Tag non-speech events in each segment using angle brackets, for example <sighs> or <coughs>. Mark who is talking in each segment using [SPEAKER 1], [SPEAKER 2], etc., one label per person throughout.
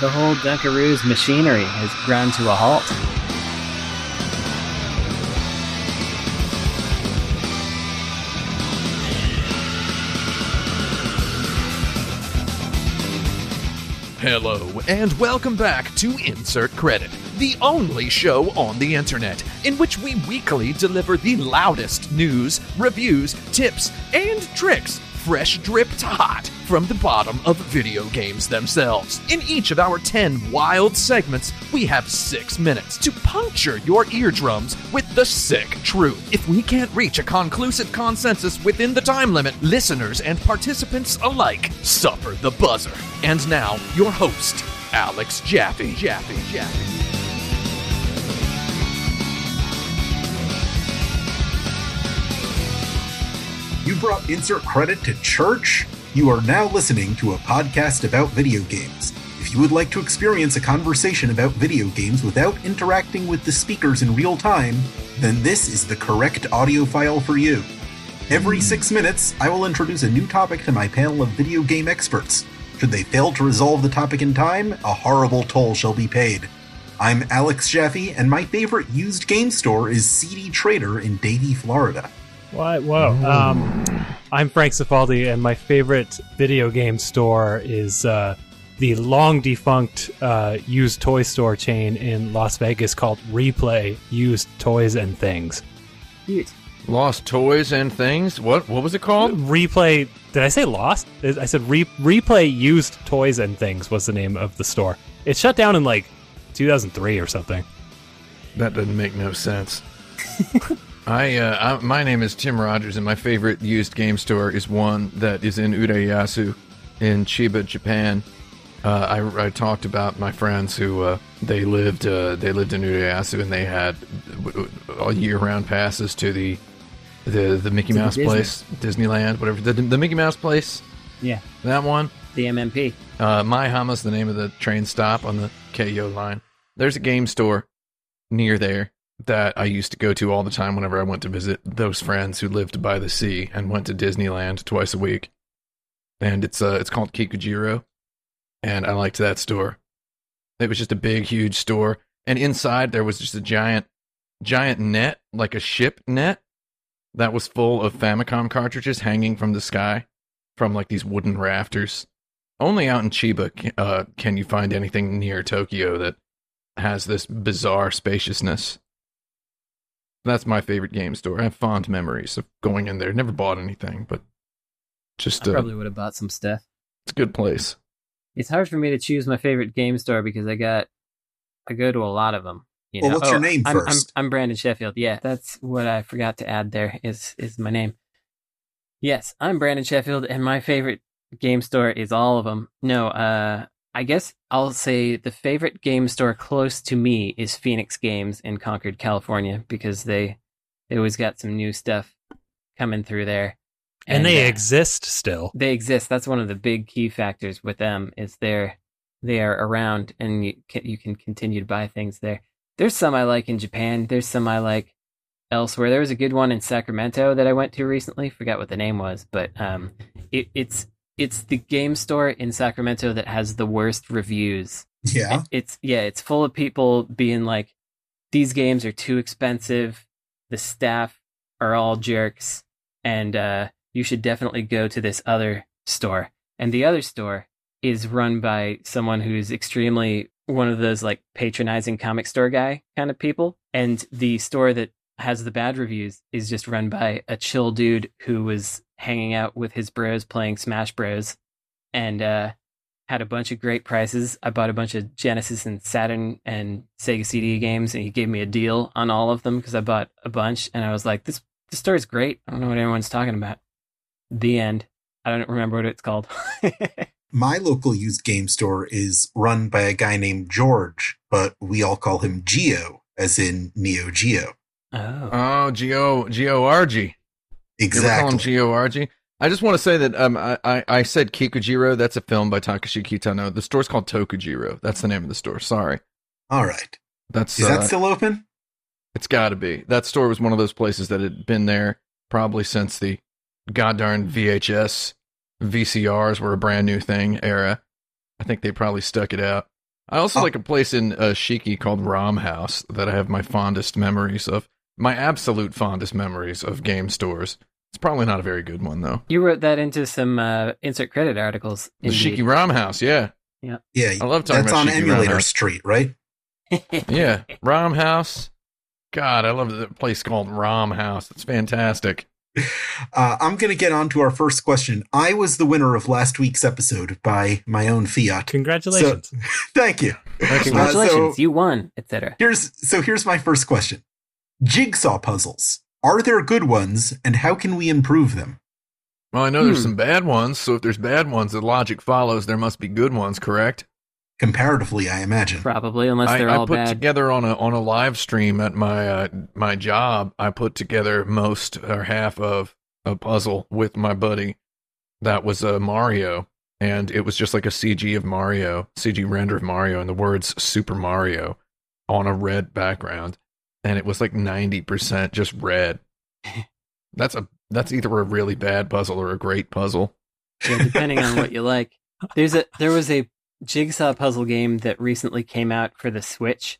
[SPEAKER 1] the whole Dunkaroo's machinery has ground to a halt.
[SPEAKER 2] Hello, and welcome back to Insert Credit, the only show on the internet in which we weekly deliver the loudest news, reviews, tips, and tricks fresh dripped hot from the bottom of video games themselves. In each of our 10 wild segments, we have six minutes to puncture your eardrums with the sick truth. If we can't reach a conclusive consensus within the time limit, listeners and participants alike suffer the buzzer. And now, your host, Alex Jaffe. Jaffe, Jaffe.
[SPEAKER 3] You brought insert credit to church? You are now listening to a podcast about video games. If you would like to experience a conversation about video games without interacting with the speakers in real time, then this is the correct audio file for you. Every six minutes, I will introduce a new topic to my panel of video game experts. Should they fail to resolve the topic in time, a horrible toll shall be paid. I'm Alex Jaffe, and my favorite used game store is CD Trader in Davie, Florida.
[SPEAKER 4] What? Whoa. Um, I'm Frank Cifaldi, and my favorite video game store is uh, the long defunct uh, used toy store chain in Las Vegas called Replay Used Toys and Things.
[SPEAKER 1] Cute.
[SPEAKER 5] Lost toys and things. What what was it called?
[SPEAKER 4] Replay. Did I say lost? I said re- Replay Used Toys and Things was the name of the store. It shut down in like 2003 or something.
[SPEAKER 5] That doesn't make no sense. <laughs> I, uh, I my name is Tim Rogers, and my favorite used game store is one that is in Urayasu, in Chiba, Japan. Uh, I, I talked about my friends who uh, they lived uh, they lived in Urayasu, and they had w- w- all year round passes to the the the Mickey
[SPEAKER 1] To the
[SPEAKER 5] Mouse
[SPEAKER 1] Disney.
[SPEAKER 5] place, Disneyland, whatever the, the Mickey Mouse place.
[SPEAKER 1] Yeah,
[SPEAKER 5] That one.
[SPEAKER 1] the MMP.
[SPEAKER 5] Uh, My Hama's the name of the train stop on the KO line. There's a game store near there that I used to go to all the time whenever I went to visit those friends who lived by the sea and went to Disneyland twice a week. And it's uh, it's called Kikujiro, and I liked that store. It was just a big, huge store, and inside there was just a giant, giant net, like a ship net, that was full of Famicom cartridges hanging from the sky, from like these wooden rafters. Only out in Chiba ca- uh, can you find anything near Tokyo that has this bizarre spaciousness. That's my favorite game store. I have fond memories of going in there. Never bought anything, but just
[SPEAKER 1] I
[SPEAKER 5] uh,
[SPEAKER 1] probably would have bought some stuff.
[SPEAKER 5] it's a good place.
[SPEAKER 1] It's hard for me to choose my favorite game store because I got I go to a lot of them. You
[SPEAKER 3] Well,
[SPEAKER 1] know?
[SPEAKER 3] what's your
[SPEAKER 1] Oh,
[SPEAKER 3] name
[SPEAKER 1] I'm, I'm-
[SPEAKER 3] first?
[SPEAKER 1] I'm, Brandon Sheffield. Yeah, that's what I forgot to add. There is is my name. Yes, I'm Brandon Sheffield, and my favorite game store is all of them. No, uh, I guess I'll say the favorite game store close to me is Phoenix Games in Concord, California, because they they always got some new stuff coming through there,
[SPEAKER 4] And, they
[SPEAKER 1] uh,
[SPEAKER 4] exist still.
[SPEAKER 1] they exist. That's one of the big key factors with them is they're they are around, and you can, you can continue to buy things there. There's some I like in Japan. There's some I like elsewhere. There was a good one in Sacramento that I went to recently. Forgot what the name was, but um, it, it's it's the game store in Sacramento that has the worst reviews
[SPEAKER 3] Yeah.
[SPEAKER 1] it's yeah, it's full of people being like, these games are too expensive. The staff are all jerks, and uh, you should definitely go to this other store. And the other store is run by someone who's extremely one of those like patronizing comic store guy kind of people. And the store that has the bad reviews is just run by a chill dude who was hanging out with his bros playing Smash Bros. And uh, had a bunch of great prices. I bought a bunch of Genesis and Saturn and Sega CD games, and he gave me a deal on all of them because I bought a bunch. And I was like, "This this store is great. I don't know what everyone's talking about." The end. I don't remember what it's called. <laughs>
[SPEAKER 3] my local used game store is run by a guy named George, but we all call him Geo, as in Neo Geo.
[SPEAKER 1] oh,
[SPEAKER 5] Oh, G O G O R G. You
[SPEAKER 3] Exactly.
[SPEAKER 5] ever call him G O R G? I just want to say that um, I, I, I said Kikujiro. That's a film by Takashi Kitano. The store's called Tokujiro. That's the name of the store. Sorry.
[SPEAKER 3] all right.
[SPEAKER 5] That's
[SPEAKER 3] Is
[SPEAKER 5] uh,
[SPEAKER 3] that still open?
[SPEAKER 5] It's got to be. That store was one of those places that had been there probably since the goddamn VHS, VCRs were a brand new thing era. I think they probably stuck it out. I also
[SPEAKER 3] Oh.
[SPEAKER 5] like a place in uh, Shiki called Rom House that I have my fondest memories of. My absolute fondest memories of game stores. It's probably not a very good one though.
[SPEAKER 1] You wrote that into some uh, insert credit articles.
[SPEAKER 5] The
[SPEAKER 1] indeed.
[SPEAKER 5] Shiki Rom House, yeah,
[SPEAKER 3] Yeah,
[SPEAKER 5] I love talking
[SPEAKER 3] that's
[SPEAKER 5] about
[SPEAKER 3] on
[SPEAKER 5] Shiki Rom
[SPEAKER 3] Emulator
[SPEAKER 5] House.
[SPEAKER 3] Street, right?
[SPEAKER 5] Yeah, Rom House. God, I love that place called Rom House. It's fantastic.
[SPEAKER 3] Uh, I'm going to get on to our first question. I was the winner of last week's episode by my own fiat.
[SPEAKER 4] Congratulations.
[SPEAKER 3] Thank you.
[SPEAKER 5] Excellent.
[SPEAKER 1] Congratulations,
[SPEAKER 3] Uh, so-
[SPEAKER 1] you won, etc.
[SPEAKER 3] Here's so here's my first question. Jigsaw puzzles. Are there good ones and how can we improve them?
[SPEAKER 5] Well, I know there's
[SPEAKER 1] Hmm.
[SPEAKER 5] some bad ones, so if there's bad ones, the logic follows there must be good ones, correct?
[SPEAKER 3] Comparatively, I imagine.
[SPEAKER 1] Probably, unless
[SPEAKER 5] I,
[SPEAKER 1] they're
[SPEAKER 5] I
[SPEAKER 1] all
[SPEAKER 5] put
[SPEAKER 1] bad.
[SPEAKER 5] together on a on a live stream at my uh, my job. I put together most or half of a puzzle with my buddy. That was uh, Mario, and it was just like a CG of Mario, CG render of Mario, and the words Super Mario on a red background, and it was like ninety percent
[SPEAKER 1] <laughs>
[SPEAKER 5] just red. That's a that's either a really bad puzzle or a great puzzle.
[SPEAKER 1] yeah, depending on what you like. There's a there was a jigsaw puzzle game that recently came out for the Switch,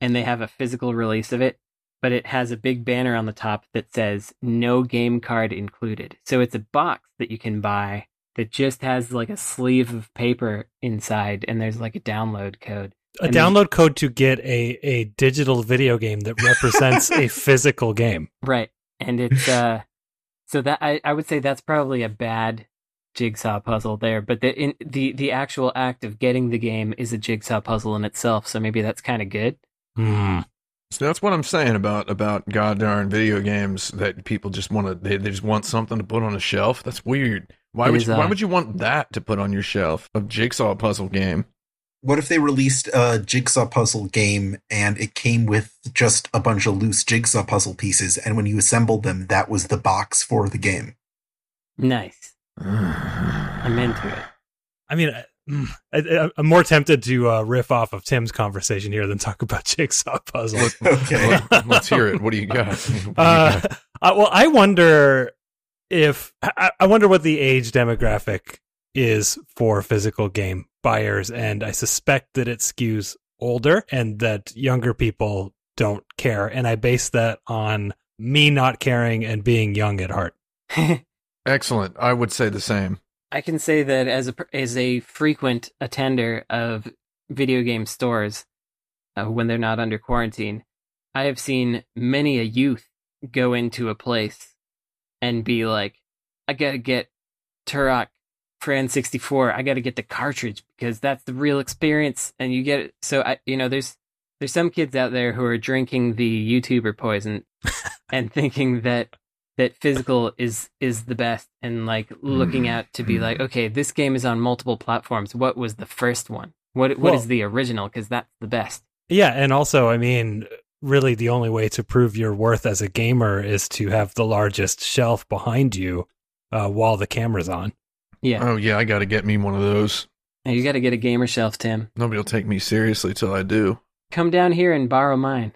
[SPEAKER 1] and they have a physical release of it, but it has a big banner on the top that says "No game card included." So it's a box that you can buy that just has like a sleeve of paper inside, and there's like a download code.
[SPEAKER 4] a
[SPEAKER 1] and then-
[SPEAKER 4] download code to get a, a digital video game that represents <laughs> a physical game.
[SPEAKER 1] Right. And it's uh so that I, I would say that's probably a bad jigsaw puzzle there, but the in the the actual act of getting the game is a jigsaw puzzle in itself, so maybe that's kind of good.
[SPEAKER 4] Hmm.
[SPEAKER 5] So that's what I'm saying about about goddamn video games that people just want to they, they just want something to put on a shelf. That's weird. Why
[SPEAKER 1] It
[SPEAKER 5] would
[SPEAKER 1] is uh,
[SPEAKER 5] you, why
[SPEAKER 1] odd.
[SPEAKER 5] would you want that to put on your shelf? A jigsaw
[SPEAKER 1] <laughs>
[SPEAKER 5] puzzle game.
[SPEAKER 3] What if they released a jigsaw puzzle game and it came with just a bunch of loose jigsaw puzzle pieces and when you assembled them that was the box for the game?
[SPEAKER 1] Nice.
[SPEAKER 5] I'm
[SPEAKER 1] I'm into it.
[SPEAKER 4] I mean, I- mm, I, am more tempted to uh, riff off of Tim's conversation here than talk about <laughs> jigsaw puzzles.
[SPEAKER 3] <laughs> Okay.
[SPEAKER 5] Let, us hear it. What do
[SPEAKER 1] <laughs>
[SPEAKER 5] you got?
[SPEAKER 4] uh, <laughs> I, well, I wonder if I, I wonder what the age demographic is for physical game buyers, and I suspect that it skews older and that younger people don't care. And I base that on me not caring and being young at heart.
[SPEAKER 5] Excellent. I would say the same.
[SPEAKER 1] <laughs> I can say that as a per- as a frequent attender of video game stores uh, when they're not under quarantine, I have seen many a youth go into a place and be like, "I gotta get Turok Fran sixty four. I gotta get the cartridge because that's the real experience." And you get it. So I, you know, there's there's some kids out there who are drinking the YouTuber poison and thinking that that physical is is the best and like looking out to be like okay this game is on multiple platforms what was the first one what what is
[SPEAKER 4] Well-
[SPEAKER 1] the original because that's the best
[SPEAKER 4] Yeah, and also, I mean, really the only way to prove your worth as a gamer is to have the largest shelf behind you uh, while the camera's on.
[SPEAKER 1] yeah
[SPEAKER 5] Oh yeah, I got to get me one of those.
[SPEAKER 1] and you got to get a gamer shelf tim
[SPEAKER 5] Nobody'll take me seriously till
[SPEAKER 1] <laughs>
[SPEAKER 5] I do.
[SPEAKER 1] come down here and borrow mine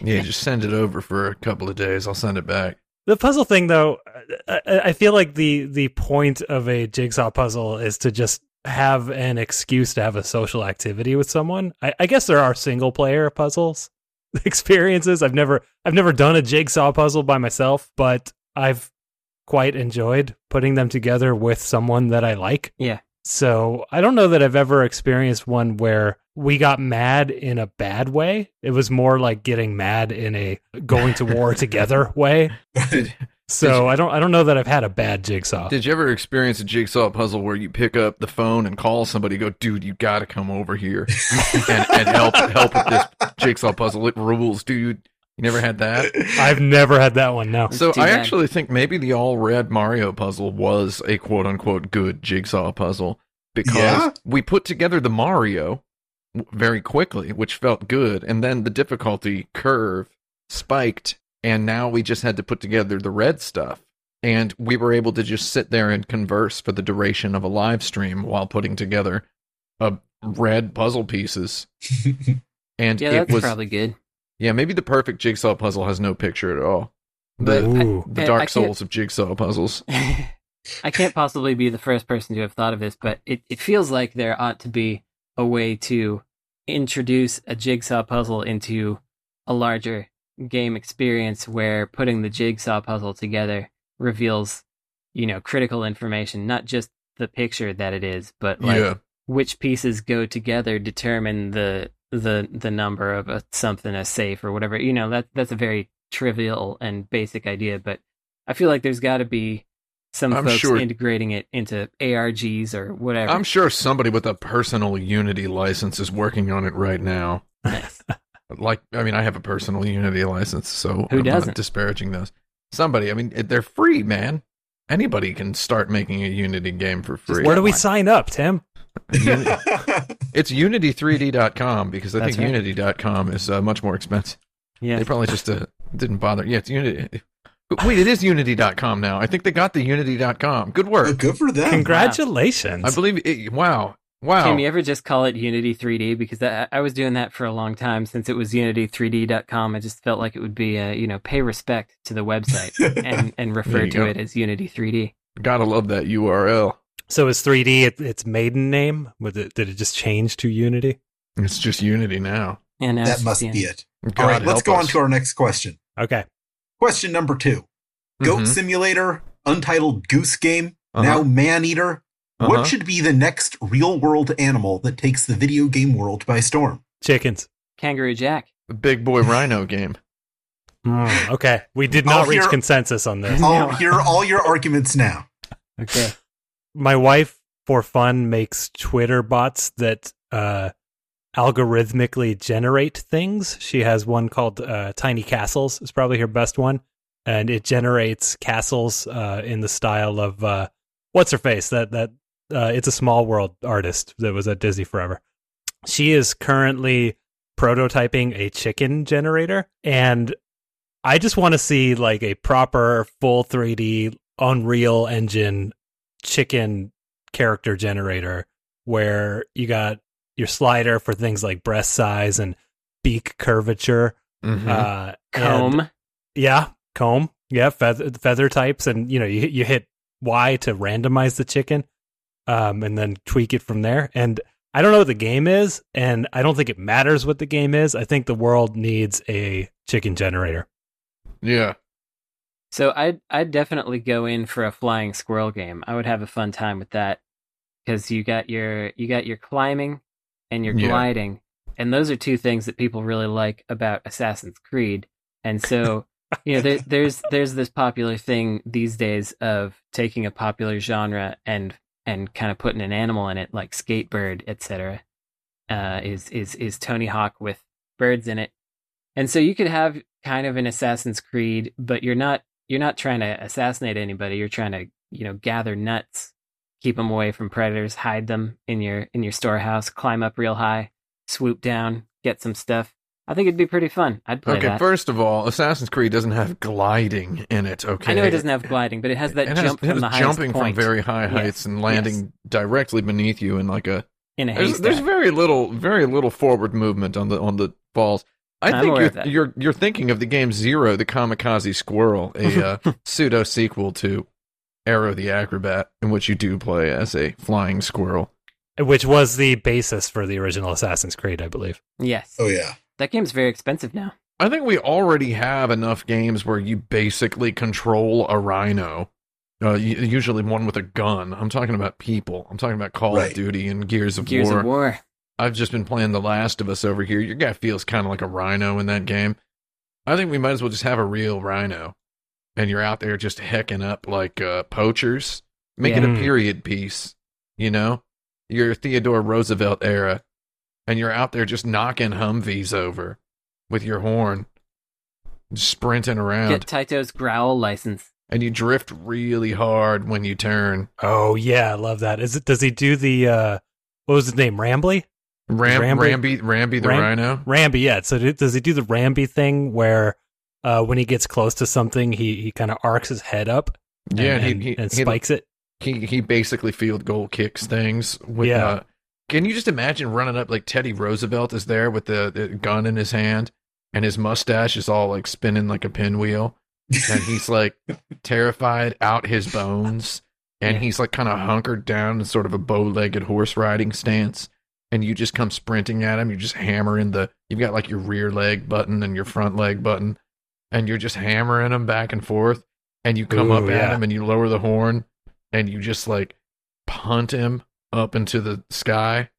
[SPEAKER 5] Yeah, just send it over for a couple of days. I'll send it back.
[SPEAKER 4] The puzzle thing, though, I, I I feel like the the point of a jigsaw puzzle is to just have an excuse to have a social activity with someone. I, I guess there are single player puzzles <laughs> experiences. I've never I've never done a jigsaw puzzle by myself, but I've quite enjoyed putting them together with someone that I like.
[SPEAKER 1] Yeah.
[SPEAKER 4] So I don't know that I've ever experienced one where we got mad in a bad way. It was more like getting mad in a going
[SPEAKER 1] <laughs>
[SPEAKER 4] to war together way.
[SPEAKER 5] Did- Did
[SPEAKER 4] So I don't I don't know that I've had a bad jigsaw.
[SPEAKER 5] Did you ever experience a jigsaw puzzle where you pick up the phone and call somebody, go, dude, you got to come
[SPEAKER 1] <laughs>
[SPEAKER 5] over here and, and help help with this jigsaw puzzle? It rules, dude. You never had
[SPEAKER 3] Uh,
[SPEAKER 5] that.
[SPEAKER 3] <laughs>
[SPEAKER 4] I've never had that one. No.
[SPEAKER 5] So
[SPEAKER 1] Too
[SPEAKER 5] I
[SPEAKER 1] bad.
[SPEAKER 5] actually think maybe the all red Mario puzzle was a quote unquote good jigsaw puzzle because
[SPEAKER 3] Yeah?
[SPEAKER 5] we put together the Mario w- very quickly, which felt good, and then the difficulty curve spiked, and now we just had to put together the red stuff. And we were able to just sit there and converse for the duration of a live stream while putting together a red puzzle pieces. And
[SPEAKER 1] yeah
[SPEAKER 5] it
[SPEAKER 1] that's
[SPEAKER 5] was
[SPEAKER 1] probably good
[SPEAKER 5] yeah, maybe the perfect jigsaw puzzle has no picture at all. The
[SPEAKER 4] Ooh.
[SPEAKER 5] the
[SPEAKER 1] I- I
[SPEAKER 5] Dark
[SPEAKER 1] can't-
[SPEAKER 5] Souls of
[SPEAKER 1] <laughs>
[SPEAKER 5] jigsaw puzzles.
[SPEAKER 1] I can't possibly be the first person to have thought of this, but it, it feels like there ought to be a way to introduce a jigsaw puzzle into a larger game experience where putting the jigsaw puzzle together reveals, you know, critical information, not just the picture that it is, but like
[SPEAKER 5] yeah.
[SPEAKER 1] which pieces go together determine the the the number of a, something a safe or whatever. You know, that that's a very trivial and basic idea, but I feel like there's got to be some
[SPEAKER 5] I'm
[SPEAKER 1] folks
[SPEAKER 5] sure-
[SPEAKER 1] integrating it into ARGs or whatever.
[SPEAKER 5] I'm sure somebody with a personal Unity license is working on it right now.
[SPEAKER 1] Nice.
[SPEAKER 5] <laughs> Like, I mean, I have a personal Unity license, so
[SPEAKER 1] Who
[SPEAKER 5] I'm
[SPEAKER 1] doesn't?
[SPEAKER 5] not disparaging those. Somebody, I mean, it- they're free, man. Anybody can start making a Unity game for free.
[SPEAKER 4] Where do
[SPEAKER 5] <laughs>
[SPEAKER 4] we sign up, Tim?
[SPEAKER 5] Unity- it's unity3d.com because I
[SPEAKER 1] That's
[SPEAKER 5] think
[SPEAKER 1] right.
[SPEAKER 5] unity.com is uh, much more expensive.
[SPEAKER 1] yeah.
[SPEAKER 5] They probably just uh, didn't bother. Yeah, it's Unity. But Wait, it is unity.com now. I think they got the unity.com. Good
[SPEAKER 3] Uh,
[SPEAKER 5] work.
[SPEAKER 3] Good for them.
[SPEAKER 4] Congratulations.
[SPEAKER 5] I believe it. Wow. Wow.
[SPEAKER 1] Can you ever just call it Unity 3D? Because that, I was doing that for a long time since it was Unity3D.com. I just felt like it would be, uh, you know, pay respect to the website
[SPEAKER 5] <laughs>
[SPEAKER 1] and, and
[SPEAKER 5] There
[SPEAKER 1] refer
[SPEAKER 5] you
[SPEAKER 1] to
[SPEAKER 5] go.
[SPEAKER 1] it as Unity 3D.
[SPEAKER 5] Gotta love that URL.
[SPEAKER 4] so is 3D it, its maiden name? Was it, did it just change to Unity?
[SPEAKER 5] It's just Unity now.
[SPEAKER 1] And uh, now
[SPEAKER 3] That
[SPEAKER 1] it's
[SPEAKER 3] must
[SPEAKER 1] just
[SPEAKER 3] be
[SPEAKER 1] Unity.
[SPEAKER 3] it. All right, let's go on to our next question.
[SPEAKER 4] Okay.
[SPEAKER 3] Question number two
[SPEAKER 5] Mm-hmm.
[SPEAKER 3] Goat Simulator, Untitled Goose Game,
[SPEAKER 5] Uh-huh.
[SPEAKER 3] now Man Eater. What should be the next real world animal that takes the video game world by storm?
[SPEAKER 4] Chickens.
[SPEAKER 1] Kangaroo Jack.
[SPEAKER 5] Big boy
[SPEAKER 3] <laughs>
[SPEAKER 5] rhino game.
[SPEAKER 4] Mm, okay. We did not
[SPEAKER 3] Oh,
[SPEAKER 4] reach
[SPEAKER 3] here-
[SPEAKER 4] consensus on this.
[SPEAKER 3] I'll hear all your arguments now.
[SPEAKER 1] Okay.
[SPEAKER 4] my wife for fun makes twitter bots that uh algorithmically generate things she has one called uh, tiny castles it's probably her best one and it generates castles uh in the style of uh what's her face that that uh it's a small world artist that was at disney forever she is currently prototyping a chicken generator and i just want to see like a proper full 3d unreal engine chicken character generator where you got your slider for things like breast size and beak curvature
[SPEAKER 5] Mm-hmm.
[SPEAKER 4] uh and-
[SPEAKER 1] Comb.
[SPEAKER 4] yeah comb yeah feather, feather types and you know you, you hit y to randomize the chicken um and then tweak it from there and i don't know what the game is and i don't think it matters what the game is i think the world needs a chicken generator
[SPEAKER 5] Yeah.
[SPEAKER 1] So I'd I'd definitely go in for a flying squirrel game. I would have a fun time with that because you got your you got your climbing and your
[SPEAKER 5] Yeah.
[SPEAKER 1] gliding, and those are two things that people really like about Assassin's Creed. And so you know there, there's there's this popular thing these days of taking a popular genre and and kind of putting an animal in it, like skatebird, etc. Uh, is is is Tony Hawk with birds in it, and so you could have kind of an Assassin's Creed, but you're not you're not trying to assassinate anybody. You're trying to you know gather nuts, keep them away from predators, hide them in your in your storehouse, climb up real high, swoop down, get some stuff. I think it'd be pretty fun. I'd play
[SPEAKER 5] Okay,
[SPEAKER 1] that.
[SPEAKER 5] first of all, Assassin's Creed doesn't have gliding in it, okay?
[SPEAKER 1] I know it doesn't have gliding, but it has that
[SPEAKER 5] It has-
[SPEAKER 1] jump
[SPEAKER 5] it has
[SPEAKER 1] from the highest
[SPEAKER 5] jumping
[SPEAKER 1] point
[SPEAKER 5] from very high
[SPEAKER 1] Yes,
[SPEAKER 5] heights and landing
[SPEAKER 1] yes.
[SPEAKER 5] directly beneath you in like a
[SPEAKER 1] in a
[SPEAKER 5] there's,
[SPEAKER 1] haystack.
[SPEAKER 5] there's very little very little forward movement on the on the balls. I
[SPEAKER 1] I'm
[SPEAKER 5] think
[SPEAKER 1] aware
[SPEAKER 5] you're,
[SPEAKER 1] of that.
[SPEAKER 5] you're you're thinking of the game Zero, the Kamikaze Squirrel, a
[SPEAKER 1] <laughs>
[SPEAKER 5] uh, pseudo sequel to Arrow the Acrobat, in which you do play as a flying squirrel.
[SPEAKER 4] which was the basis for the original assassin's creed i believe
[SPEAKER 1] yes,
[SPEAKER 3] Oh, yeah.
[SPEAKER 1] that game's very expensive now.
[SPEAKER 5] I think we already have enough games where you basically control a rhino. Uh, u- usually one with a gun. I'm talking about people. I'm talking about Call
[SPEAKER 3] Right.
[SPEAKER 5] of Duty and Gears of
[SPEAKER 1] Gears
[SPEAKER 5] War.
[SPEAKER 1] of War.
[SPEAKER 5] I've just been playing The Last of Us over here. Your guy feels kind of like a rhino in that game. I think we might as well just have a real rhino, and you're out there just hecking up like uh, poachers. Make it
[SPEAKER 4] Yeah. Hmm.
[SPEAKER 5] a period piece, you know. You're Theodore Roosevelt era, and you're out there just knocking Humvees over with your horn, just sprinting around,
[SPEAKER 1] Get Taito's growl license.
[SPEAKER 5] and you drift really hard when you turn.
[SPEAKER 4] Oh yeah, I love that. Is it does he do the uh what was his name? Rambly?
[SPEAKER 5] Ram,
[SPEAKER 4] Rambi-
[SPEAKER 5] Rambi, Rambi the
[SPEAKER 4] Ram-
[SPEAKER 5] rhino.
[SPEAKER 4] Ramby, yeah. So do, does he do the Ramby thing where uh when he gets close to something he he kind of arcs his head up and,
[SPEAKER 5] Yeah, he-
[SPEAKER 4] and,
[SPEAKER 5] he-
[SPEAKER 4] and
[SPEAKER 5] he-
[SPEAKER 4] spikes it?
[SPEAKER 5] he he basically field goal kicks things with
[SPEAKER 4] Yeah.
[SPEAKER 5] uh, can you just imagine running up like Teddy Roosevelt is there with the, the gun in his hand and his mustache is all like spinning like a pinwheel and he's like terrified out his bones and
[SPEAKER 1] Yeah.
[SPEAKER 5] he's like kind of hunkered down in sort of a bow-legged horse riding stance and you just come sprinting at him. You're just hammering the, you've got like your rear leg button and your front leg button, and you're just hammering him back and forth. And you
[SPEAKER 4] Ooh,
[SPEAKER 5] come up at
[SPEAKER 4] yeah.
[SPEAKER 5] him and you lower the horn and you just like punt him up into the sky.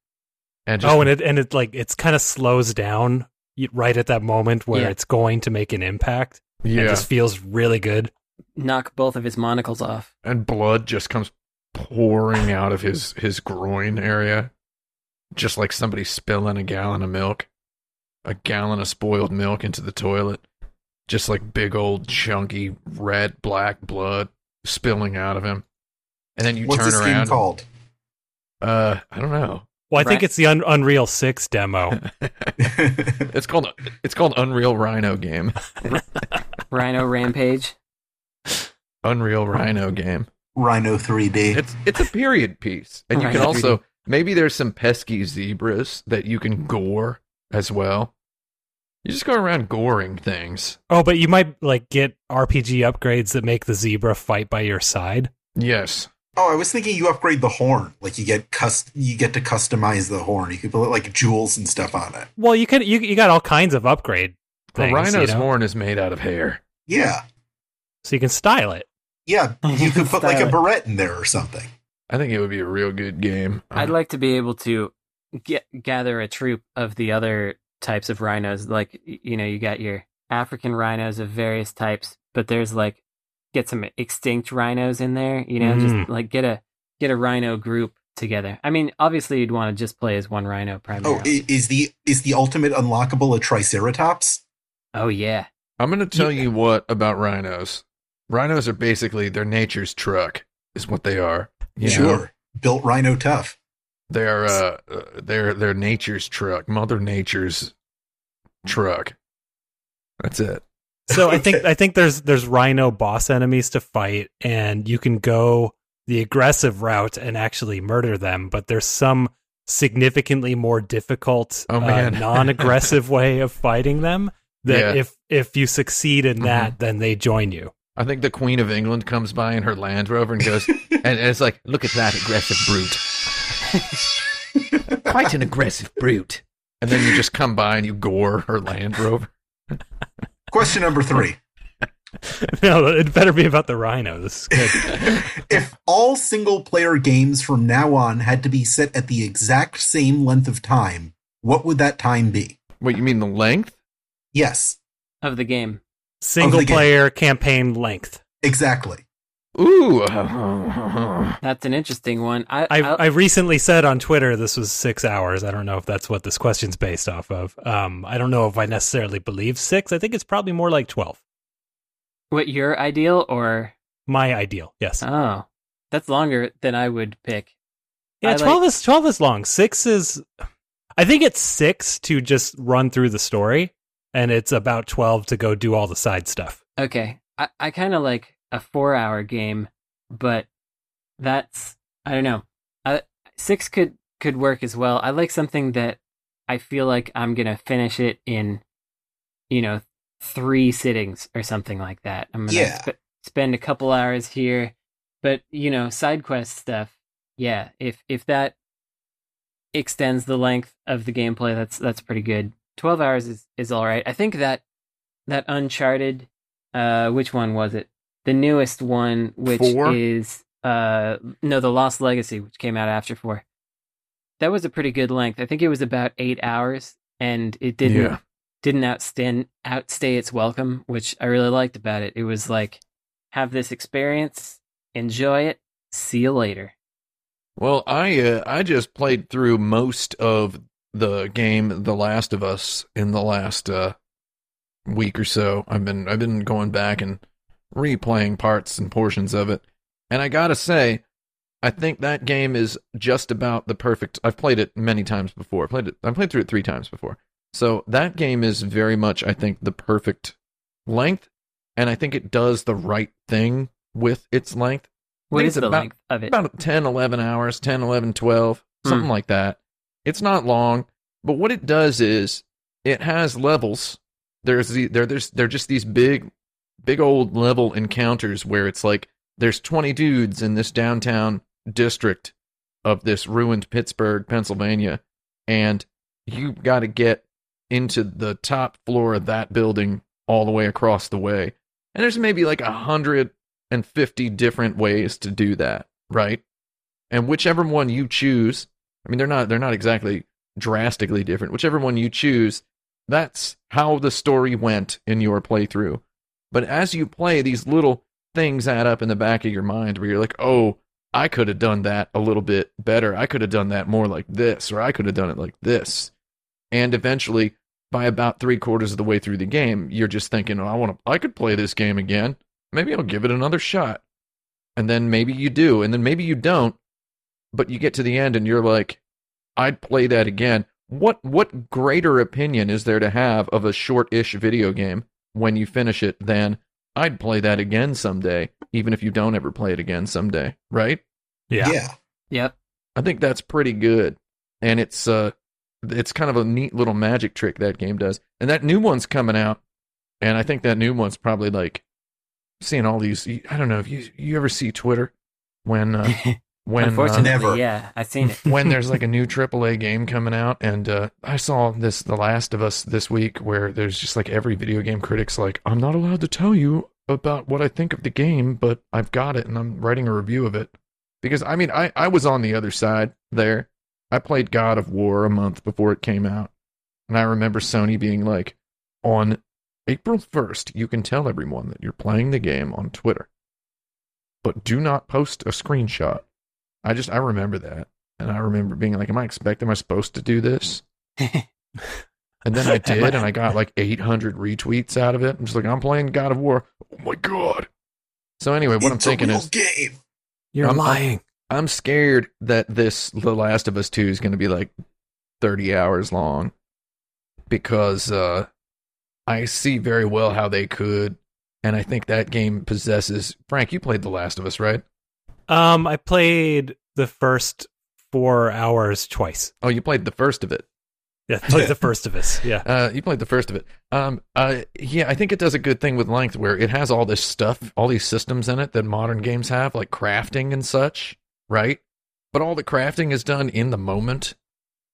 [SPEAKER 5] And just,
[SPEAKER 4] oh, and it and it like it's kind of slows down y- right at that moment where
[SPEAKER 1] Yeah.
[SPEAKER 4] it's going to make an impact.
[SPEAKER 5] yeah.
[SPEAKER 4] It just feels really good.
[SPEAKER 1] knock both of his monocles off.
[SPEAKER 5] and blood just comes pouring out of his his groin area just like somebody spilling a gallon of milk a gallon of spoiled milk into the toilet just like big old chunky red black blood spilling out of him and then you
[SPEAKER 3] What's
[SPEAKER 5] turn
[SPEAKER 3] this
[SPEAKER 5] around
[SPEAKER 3] game called?
[SPEAKER 5] uh i don't know
[SPEAKER 4] Well, I
[SPEAKER 1] Right.
[SPEAKER 4] think it's the Un- Unreal Six
[SPEAKER 5] <laughs>
[SPEAKER 4] demo.
[SPEAKER 5] it's called it's called unreal rhino game <laughs>
[SPEAKER 1] Rhino Rampage.
[SPEAKER 5] unreal rhino game
[SPEAKER 3] <laughs> Rhino 3D.
[SPEAKER 5] It's it's a period piece, and you
[SPEAKER 1] Right.
[SPEAKER 5] can also maybe there's some pesky zebras that you can gore as well. You just go around goring things.
[SPEAKER 4] Oh, but you might like get RPG upgrades that make the zebra fight by your side.
[SPEAKER 5] Yes,
[SPEAKER 3] Oh, I was thinking you upgrade the horn. Like you get cust- you get to customize the horn. You could put like jewels and stuff on it.
[SPEAKER 4] Well, you could you you got all kinds of upgrade
[SPEAKER 5] the
[SPEAKER 4] things,
[SPEAKER 5] rhino's
[SPEAKER 4] you know?
[SPEAKER 5] horn is made out of hair.
[SPEAKER 3] Yeah.
[SPEAKER 4] so you can style it.
[SPEAKER 1] <laughs>
[SPEAKER 3] Yeah. <laughs> You could put like a
[SPEAKER 1] Style it.
[SPEAKER 3] barrette in there or something.
[SPEAKER 5] I think it would be a real good game.
[SPEAKER 1] I'd like to be able to get gather a troop of the other types of rhinos. Like y- you know, you got your African rhinos of various types, but there's like get some extinct rhinos in there. You know,
[SPEAKER 4] Mm.
[SPEAKER 1] just like get a get a rhino group together. I mean, obviously you'd want to just play as one rhino
[SPEAKER 3] Oh,
[SPEAKER 1] primarily. Oh,
[SPEAKER 3] i- is the is the ultimate unlockable a triceratops?
[SPEAKER 1] Oh, yeah,
[SPEAKER 5] I'm going to tell you what about rhinos. Rhinos are basically their nature's truck, is what they are. you know?
[SPEAKER 3] Sure. Built Rhino tough.
[SPEAKER 5] They're uh, uh, they're they're nature's truck, Mother Nature's truck. That's it.
[SPEAKER 4] So I think
[SPEAKER 3] Okay.
[SPEAKER 4] I think there's there's rhino boss enemies to fight, and you can go the aggressive route and actually murder them. But there's some significantly more difficult, uh,
[SPEAKER 5] Oh, man. <laughs>
[SPEAKER 4] non-aggressive way of fighting them. That
[SPEAKER 5] Yeah. Mm-hmm.
[SPEAKER 4] if if you succeed in that, then they join you. <laughs>
[SPEAKER 5] I think the Queen of England comes by in her Land Rover and <laughs> goes, and, and it's like, look at that aggressive brute. Quite an aggressive brute. And then you just come by and you gore her Land Rover.
[SPEAKER 3] Question
[SPEAKER 1] <laughs>
[SPEAKER 3] number three.
[SPEAKER 4] no, it better be about the rhino. This is
[SPEAKER 5] <laughs>
[SPEAKER 4] good.
[SPEAKER 3] If all single player games from now on had to be set at the exact same length of time, what would that time be?
[SPEAKER 5] What, you mean the length?
[SPEAKER 3] Yes,
[SPEAKER 1] of the game.
[SPEAKER 4] Single player campaign length.
[SPEAKER 3] exactly.
[SPEAKER 5] Ooh. <laughs>
[SPEAKER 1] That's an interesting one. I,
[SPEAKER 4] I,
[SPEAKER 1] I'll-
[SPEAKER 4] I recently said on Twitter this was six hours. I don't know if that's what this question's based off of. Um, I don't know if I necessarily believe six. I think it's probably more like twelve.
[SPEAKER 1] what your ideal or
[SPEAKER 4] My ideal, yes.
[SPEAKER 1] oh, that's longer than I would pick. I
[SPEAKER 4] yeah,
[SPEAKER 1] like-
[SPEAKER 4] twelve is twelve is long. Six is, I think it's six to just run through the story, and it's about twelve to go do all the side stuff.
[SPEAKER 1] Okay. I, I kind of like a four hour game, but that's, I don't know. Uh, six could, could work as well. I like something that I feel like I'm going to finish it in, you know, three sittings or something like that. I'm going to
[SPEAKER 3] Yeah.
[SPEAKER 1] sp- spend a couple hours here, but you know, side quest stuff. Yeah. If, if that extends the length of the gameplay, that's, that's pretty good. 12 hours is, is all right. I think that, that Uncharted uh which one was it the newest one which
[SPEAKER 5] Four?
[SPEAKER 1] is uh no the lost legacy which came out after four that was a pretty good length i think it was about eight hours and it didn't
[SPEAKER 5] Yeah.
[SPEAKER 1] didn't outstand outstay its welcome which i really liked about it it was like have this experience enjoy it see you later
[SPEAKER 5] Well, I uh, I just played through most of the game The Last of Us in the last uh, week or so. I've been I've been going back and replaying parts and portions of it, and I gotta say, I think that game is just about the perfect. I've played it many times before. I played it. I played through it three times before. So that game is very much, I think, the perfect length, and I think it does the right thing with its length
[SPEAKER 1] what
[SPEAKER 5] think
[SPEAKER 1] is
[SPEAKER 5] it's
[SPEAKER 1] the
[SPEAKER 5] about-
[SPEAKER 1] length of it Hmm.
[SPEAKER 5] about 10 11 hours 10 11 12 something like that it's not long but what it does is it has levels there's the there there's they're just these big big old level encounters where it's like there's 20 dudes in this downtown district of this ruined Pittsburgh Pennsylvania and you got to get into the top floor of that building all the way across the way. And there's maybe like 150 different ways to do that, right? And whichever one you choose, I mean they're not they're not exactly drastically different. Whichever one you choose, that's how the story went in your playthrough. But as you play, these little things add up in the back of your mind where you're like, "Oh, I could have done that a little bit better. I could have done that more like this, or I could have done it like this. And eventually, by about three quarters of the way through the game, you're just thinking, oh, I want to, I could play this game again. Maybe I'll give it another shot. And then maybe you do, and then maybe you don't. But you get to the end and you're like, I'd play that again. What what greater opinion is there to have of a short-ish video game when you finish it than I'd play that again someday, even if you don't ever play it again someday, right?
[SPEAKER 4] Yeah.
[SPEAKER 1] Yep.
[SPEAKER 5] I think that's pretty good. And it's uh it's kind of a neat little magic trick that game does. And that new one's coming out. And I think that new one's probably like seeing all these I don't know if you you ever see Twitter when <laughs> uh when uh,
[SPEAKER 1] Unfortunately,
[SPEAKER 3] Never.
[SPEAKER 1] yeah, I've seen it. <laughs>
[SPEAKER 5] <laughs> when there's like a new AAA game coming out, and uh, I saw this The Last of Us this week, where there's just like every video game critic's like, I'm not allowed to tell you about what I think of the game, but I've got it and I'm writing a review of it. Because I mean, I, I was on the other side there. I played God of War a month before it came out, and I remember Sony being like, on April 1st, you can tell everyone that you're playing the game on Twitter, but do not post a screenshot. I just I remember that, and I remember being like, "Am I expected? Am I supposed to do this?"
[SPEAKER 3] <laughs>
[SPEAKER 5] And then I did, and I got like 800 retweets out of it. I'm just like, "I'm playing God of War." Oh my god! So anyway, what I'm
[SPEAKER 3] It's a
[SPEAKER 5] thinking
[SPEAKER 3] real
[SPEAKER 5] is,
[SPEAKER 3] game.
[SPEAKER 4] You're
[SPEAKER 5] I'm-
[SPEAKER 4] lying.
[SPEAKER 5] I'm scared that this The Last of Us 2 is going to be like 30 hours long because uh, I see very well how they could, and I think that game possesses. Frank, you played The Last of Us, right?
[SPEAKER 4] Um, I played the first four hours twice.
[SPEAKER 5] Oh, you played the first of it.
[SPEAKER 4] Yeah,
[SPEAKER 1] <laughs>
[SPEAKER 4] played the first of us. Yeah.
[SPEAKER 5] <laughs> Uh, you played the first of it. Um, uh, yeah, I think it does a good thing with length where it has all this stuff, all these systems in it that modern games have, like crafting and such, right? But all the crafting is done in the moment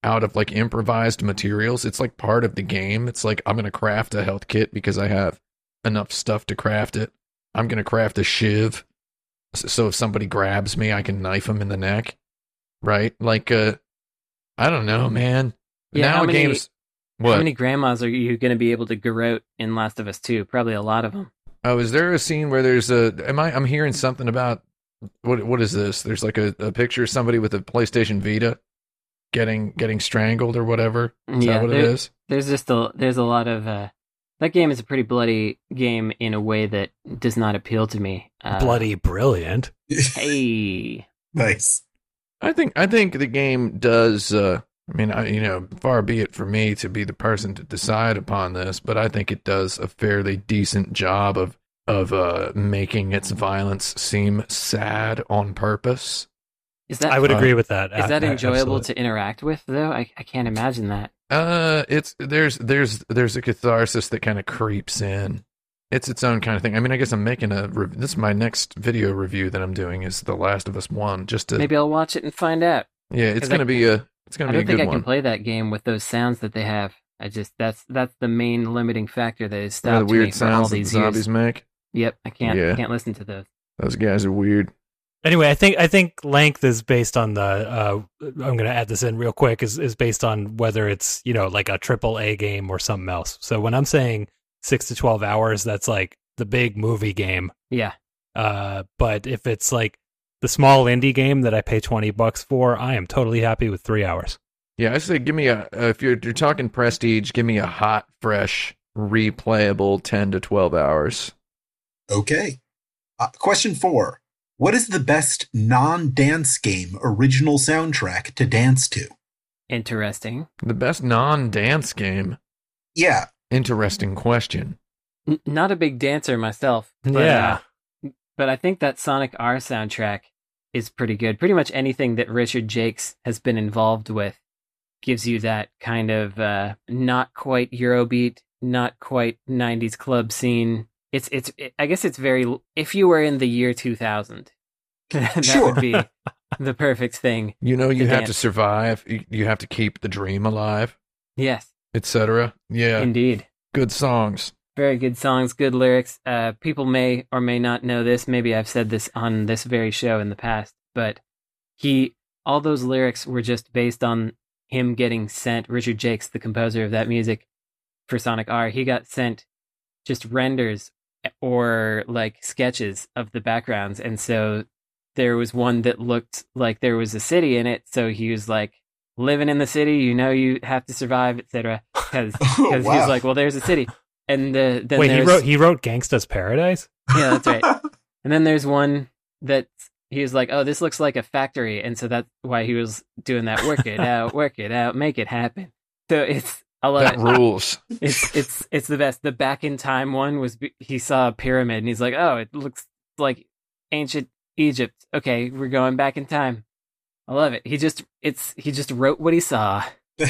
[SPEAKER 5] out of like improvised materials. It's like part of the game. It's like, I'm going to craft a health kit because I have enough stuff to craft it. I'm going to craft a shiv. s- So if somebody grabs me, I can knife them in the neck, right? Like, uh, I don't know, man.
[SPEAKER 1] Yeah,
[SPEAKER 5] now
[SPEAKER 1] how
[SPEAKER 5] a
[SPEAKER 1] many-
[SPEAKER 5] game's. What?
[SPEAKER 1] How many grandmas are you going to be able to garrote in Last of Us 2? Probably a lot of them.
[SPEAKER 5] Oh, is there a scene where there's a? Am I? I'm hearing something about what? What is this? There's like a, a picture of somebody with a PlayStation Vita getting getting strangled or whatever. Is
[SPEAKER 1] Yeah,
[SPEAKER 5] that what it
[SPEAKER 1] there-
[SPEAKER 5] is?
[SPEAKER 1] There's just a there's a lot of uh that game is a pretty bloody game in a way that does not appeal to me. Uh,
[SPEAKER 4] Bloody brilliant.
[SPEAKER 3] <laughs>
[SPEAKER 1] Hey.
[SPEAKER 3] nice.
[SPEAKER 5] I think I think the game does. Uh, I mean, I, you know, far be it for me to be the person to decide upon this, but I think it does a fairly decent job of of uh, making its violence seem sad on purpose.
[SPEAKER 1] Is that
[SPEAKER 4] I would
[SPEAKER 5] uh,
[SPEAKER 4] agree with that.
[SPEAKER 1] is that
[SPEAKER 4] A- a-
[SPEAKER 1] enjoyable
[SPEAKER 4] absolutely.
[SPEAKER 1] to interact with though? I I can't imagine that.
[SPEAKER 5] Uh, it's there's there's there's a catharsis that kind of creeps in. It's its own kind of thing. I mean, I guess I'm making a rev- this is my next video review that I'm doing is The Last of Us One. Just to
[SPEAKER 1] Maybe I'll watch it and find out.
[SPEAKER 5] yeah, it's
[SPEAKER 1] 'cause
[SPEAKER 5] gonna
[SPEAKER 1] I-
[SPEAKER 5] be a it's
[SPEAKER 1] I
[SPEAKER 5] gonna be a
[SPEAKER 1] don't think
[SPEAKER 5] good
[SPEAKER 1] I
[SPEAKER 5] one.
[SPEAKER 1] can play that game with those sounds that they have. I just that's that's the main limiting factor that has
[SPEAKER 5] You know,
[SPEAKER 1] stopped
[SPEAKER 5] the weird
[SPEAKER 1] me for all
[SPEAKER 5] sounds that the
[SPEAKER 1] these
[SPEAKER 5] zombies
[SPEAKER 1] years.
[SPEAKER 5] make.
[SPEAKER 1] Yep, I can't
[SPEAKER 5] Yeah.
[SPEAKER 1] I can't listen to those.
[SPEAKER 5] Those guys are weird.
[SPEAKER 4] Anyway, I think I think length is based on the. Uh, I'm going to add this in real quick. Is is based on whether it's you know like a triple A game or something else. So when I'm saying six to twelve hours, that's like the big movie game.
[SPEAKER 1] Yeah.
[SPEAKER 4] Uh, but if it's like the small indie game that I pay twenty bucks for, I am totally happy with three hours.
[SPEAKER 5] Yeah, I say give me a uh, if you're you're talking prestige, give me a hot, fresh, replayable ten to twelve hours.
[SPEAKER 3] Okay. Uh, question four What is the best non dance game original soundtrack to dance to?
[SPEAKER 1] Interesting.
[SPEAKER 5] The best non-dance game.
[SPEAKER 3] Yeah. <laughs>
[SPEAKER 5] Interesting question.
[SPEAKER 1] N- not a big dancer myself. But,
[SPEAKER 4] yeah.
[SPEAKER 1] uh, but I think that Sonic R soundtrack is pretty good. Pretty much anything that Richard Jakes has been involved with gives you that kind of uh, not quite Eurobeat, not quite '90s club scene. It's it's. It, I guess it's very. If you were in the year 2000, <laughs> that
[SPEAKER 3] Sure.
[SPEAKER 1] would be the perfect thing.
[SPEAKER 5] You know, you
[SPEAKER 1] The
[SPEAKER 5] have to
[SPEAKER 1] dance.
[SPEAKER 5] survive. You you have to keep the dream alive,
[SPEAKER 1] Yes,
[SPEAKER 5] etc. Yeah,
[SPEAKER 1] indeed.
[SPEAKER 5] good songs.
[SPEAKER 1] Very good songs, good lyrics. Uh, people may or may not know this. Maybe I've said this on this very show in the past, but he, all those lyrics were just based on him getting sent. Richard Jakes, the composer of that music for Sonic R, he got sent just renders or like sketches of the backgrounds. And so there was one that looked like there was a city in it. So he was like, living in the city, you know, you have to survive, etc. Because
[SPEAKER 4] <laughs>
[SPEAKER 3] Oh,
[SPEAKER 1] because he was
[SPEAKER 3] <laughs>
[SPEAKER 1] like, "Well, there's a city," and the, then
[SPEAKER 4] Wait, he
[SPEAKER 1] there's,
[SPEAKER 4] wrote he wrote Gangsta's Paradise.
[SPEAKER 1] <laughs> yeah, that's right. And then there's one that he was like, "Oh, this looks like a factory," and so that's why he was doing that. Work it
[SPEAKER 4] <laughs>
[SPEAKER 1] out, work it out, make it happen. So it's I love
[SPEAKER 5] That
[SPEAKER 1] it.
[SPEAKER 3] <laughs>
[SPEAKER 5] rules.
[SPEAKER 1] It's it's it's the best. The back in time one was be- he saw a pyramid and he's like, "Oh, it looks like ancient Egypt." Okay, we're going back in time. I love it. He just it's he just wrote what he saw.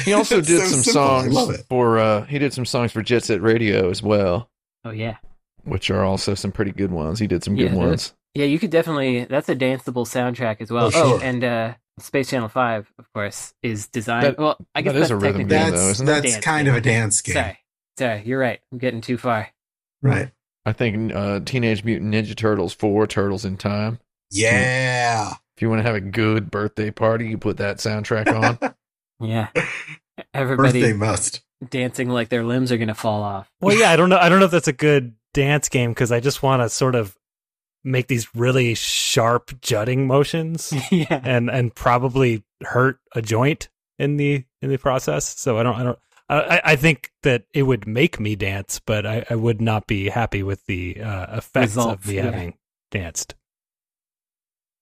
[SPEAKER 5] He also
[SPEAKER 3] It's
[SPEAKER 5] did
[SPEAKER 3] so
[SPEAKER 5] some
[SPEAKER 3] simple.
[SPEAKER 5] songs
[SPEAKER 3] I love it.
[SPEAKER 5] for uh he did some songs for Jet Set Radio as well,
[SPEAKER 1] Oh yeah.
[SPEAKER 5] which are also some pretty good ones. He did some good
[SPEAKER 1] Yeah.
[SPEAKER 5] ones.
[SPEAKER 1] Yeah, you could definitely. That's a danceable soundtrack as well.
[SPEAKER 3] Oh,
[SPEAKER 1] Oh,
[SPEAKER 3] sure.
[SPEAKER 1] and uh, Space Channel Five, of course, is designed.
[SPEAKER 5] That-
[SPEAKER 1] well, I guess
[SPEAKER 5] that is
[SPEAKER 1] that's
[SPEAKER 5] a rhythm
[SPEAKER 1] technically-
[SPEAKER 5] game,
[SPEAKER 3] That's
[SPEAKER 5] though, isn't it?
[SPEAKER 3] that's
[SPEAKER 1] Dance
[SPEAKER 3] kind
[SPEAKER 1] game.
[SPEAKER 3] of a dance game,
[SPEAKER 1] Sorry, sorry, you're right. I'm getting too far.
[SPEAKER 3] right?
[SPEAKER 5] I think uh Teenage Mutant Ninja Turtles 4 Turtles in Time.
[SPEAKER 3] Yeah,
[SPEAKER 5] If you want to have a good birthday party, you put that soundtrack on.
[SPEAKER 3] <laughs>
[SPEAKER 1] Yeah, everybody
[SPEAKER 3] birthday must.
[SPEAKER 1] dancing like their limbs are gonna fall off. <laughs>
[SPEAKER 4] Well, yeah, I don't know. I don't know if that's a good dance game because I just want to sort of make these really sharp jutting motions
[SPEAKER 1] yeah,
[SPEAKER 4] and and probably hurt a joint in the in the process. So I don't I don't I, I- I think that it would make me dance, but I, I would not be happy with the uh, effects
[SPEAKER 1] Results,
[SPEAKER 4] of me
[SPEAKER 1] yeah.
[SPEAKER 4] having danced.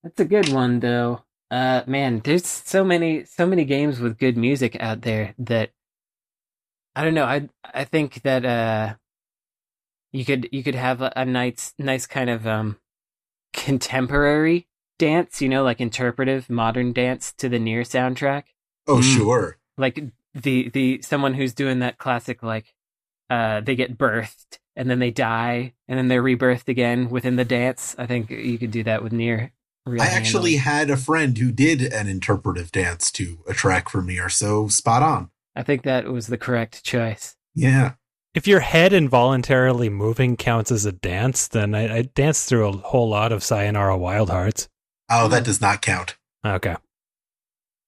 [SPEAKER 1] that's a good one though. Uh, man, there's so many, so many games with good music out there that I don't know. I I think that uh, you could you could have a, a nice nice kind of um contemporary dance, you know, like interpretive modern dance to the near soundtrack.
[SPEAKER 3] Oh,
[SPEAKER 5] Mm.
[SPEAKER 3] sure.
[SPEAKER 1] Like the the someone who's doing that classic like uh they get birthed and then they die and then they're rebirthed again within the dance. I think you could do that with near real
[SPEAKER 3] I
[SPEAKER 1] handily.
[SPEAKER 3] actually had a friend who did an interpretive dance to a track from here, so spot on.
[SPEAKER 1] I think that was the correct choice.
[SPEAKER 3] Yeah,
[SPEAKER 4] If your head involuntarily moving counts as a dance, then I, I danced through a whole lot of Sayonara Wild Hearts.
[SPEAKER 3] Oh,
[SPEAKER 1] Mm.
[SPEAKER 3] that does not count.
[SPEAKER 4] Okay.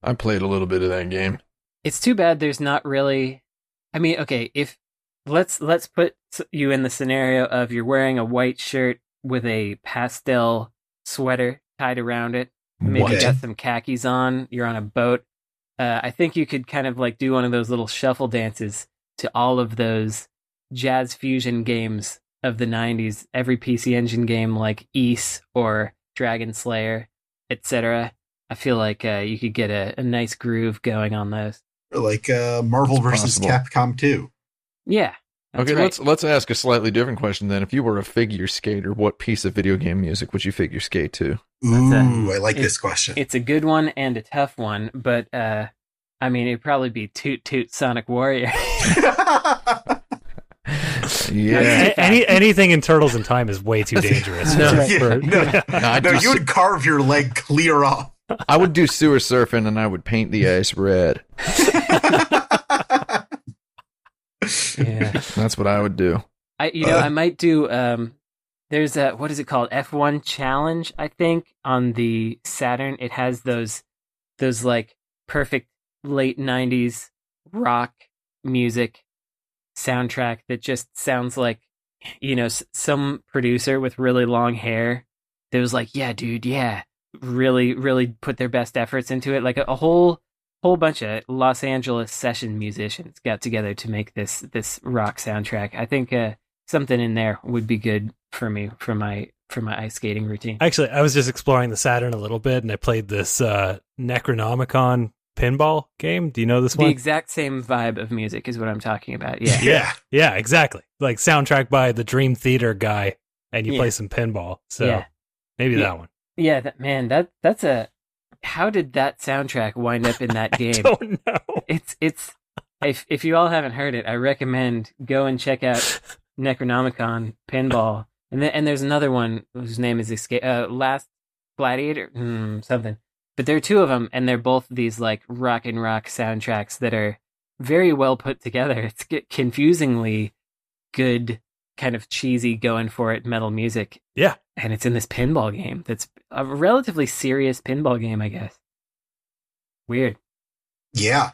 [SPEAKER 5] I played a little bit of that game.
[SPEAKER 1] It's too bad there's not really I mean, okay, if let's let's put s- you in the scenario of you're wearing a white shirt with a pastel sweater tied around it. Maybe
[SPEAKER 5] What?
[SPEAKER 1] you got some khakis on, you're on a boat. Uh, I think you could kind of like do one of those little shuffle dances to all of those jazz fusion games of the 90s, every PC Engine game like Ease or Dragon Slayer, etc. I feel like uh, you could get a, a nice groove going on those.
[SPEAKER 3] Like uh, Marvel
[SPEAKER 5] It's
[SPEAKER 3] versus
[SPEAKER 5] possible.
[SPEAKER 3] Capcom 2.
[SPEAKER 1] Yeah. that's
[SPEAKER 5] okay,
[SPEAKER 1] right.
[SPEAKER 5] let's let's ask a slightly different question then. If you were a figure skater, what piece of video game music would you figure skate
[SPEAKER 3] <laughs>
[SPEAKER 5] to?
[SPEAKER 3] Ooh, I like
[SPEAKER 1] it-
[SPEAKER 3] this question. <laughs>
[SPEAKER 1] It's a good one and a tough one, but uh, I mean, it'd probably be Toot Toot Sonic Warrior.
[SPEAKER 5] yeah.
[SPEAKER 4] A- Any anything in Turtles in Time is way too
[SPEAKER 1] <laughs>
[SPEAKER 4] dangerous.
[SPEAKER 1] No.
[SPEAKER 4] Right.
[SPEAKER 3] Yeah,
[SPEAKER 4] For-
[SPEAKER 3] no.
[SPEAKER 5] I
[SPEAKER 3] <laughs> no,
[SPEAKER 5] just-
[SPEAKER 3] you would carve your leg clear off. <laughs>
[SPEAKER 5] I would do sewer surfing and I would paint the ice red.
[SPEAKER 1] yeah.
[SPEAKER 5] That's what I would do.
[SPEAKER 1] <laughs> I you know
[SPEAKER 3] Uh.
[SPEAKER 1] I might do um there's a what is it called F1 challenge I think on the Saturn it has those those like perfect late 90s rock music soundtrack that just sounds like you know s- some producer with really long hair that was like yeah dude yeah really really put their best efforts into it like a, a whole whole bunch of Los Angeles session musicians got together to make this this rock soundtrack I think uh something in there would be good for me for my for my ice skating routine
[SPEAKER 4] Actually, I was just exploring the Saturn a little bit, and I played this uh, Necronomicon pinball game. Do you know this
[SPEAKER 1] the
[SPEAKER 4] one?
[SPEAKER 1] exact same vibe of music is what I'm talking about
[SPEAKER 3] <laughs>
[SPEAKER 1] yeah
[SPEAKER 3] yeah.
[SPEAKER 4] yeah, exactly. Like soundtrack by the Dream Theater guy, and you
[SPEAKER 1] Yeah.
[SPEAKER 4] play some pinball. So
[SPEAKER 1] Yeah.
[SPEAKER 4] maybe
[SPEAKER 1] Yeah.
[SPEAKER 4] that one.
[SPEAKER 1] Yeah, that, man, that that's a. How did that soundtrack wind up in that game?
[SPEAKER 4] <laughs> Don't know.
[SPEAKER 1] it's it's. If if you all haven't heard it, I recommend go and check out Necronomicon Pinball, and then and there's another one whose name is Escape uh, Last Gladiator mm, something. But there are two of them, and they're both these like rock and rock soundtracks that are very well put together. It's g- confusingly good, kind of cheesy, going for it metal music.
[SPEAKER 4] Yeah.
[SPEAKER 1] And it's in this pinball game that's a relatively serious pinball game, I guess. Weird.
[SPEAKER 3] Yeah.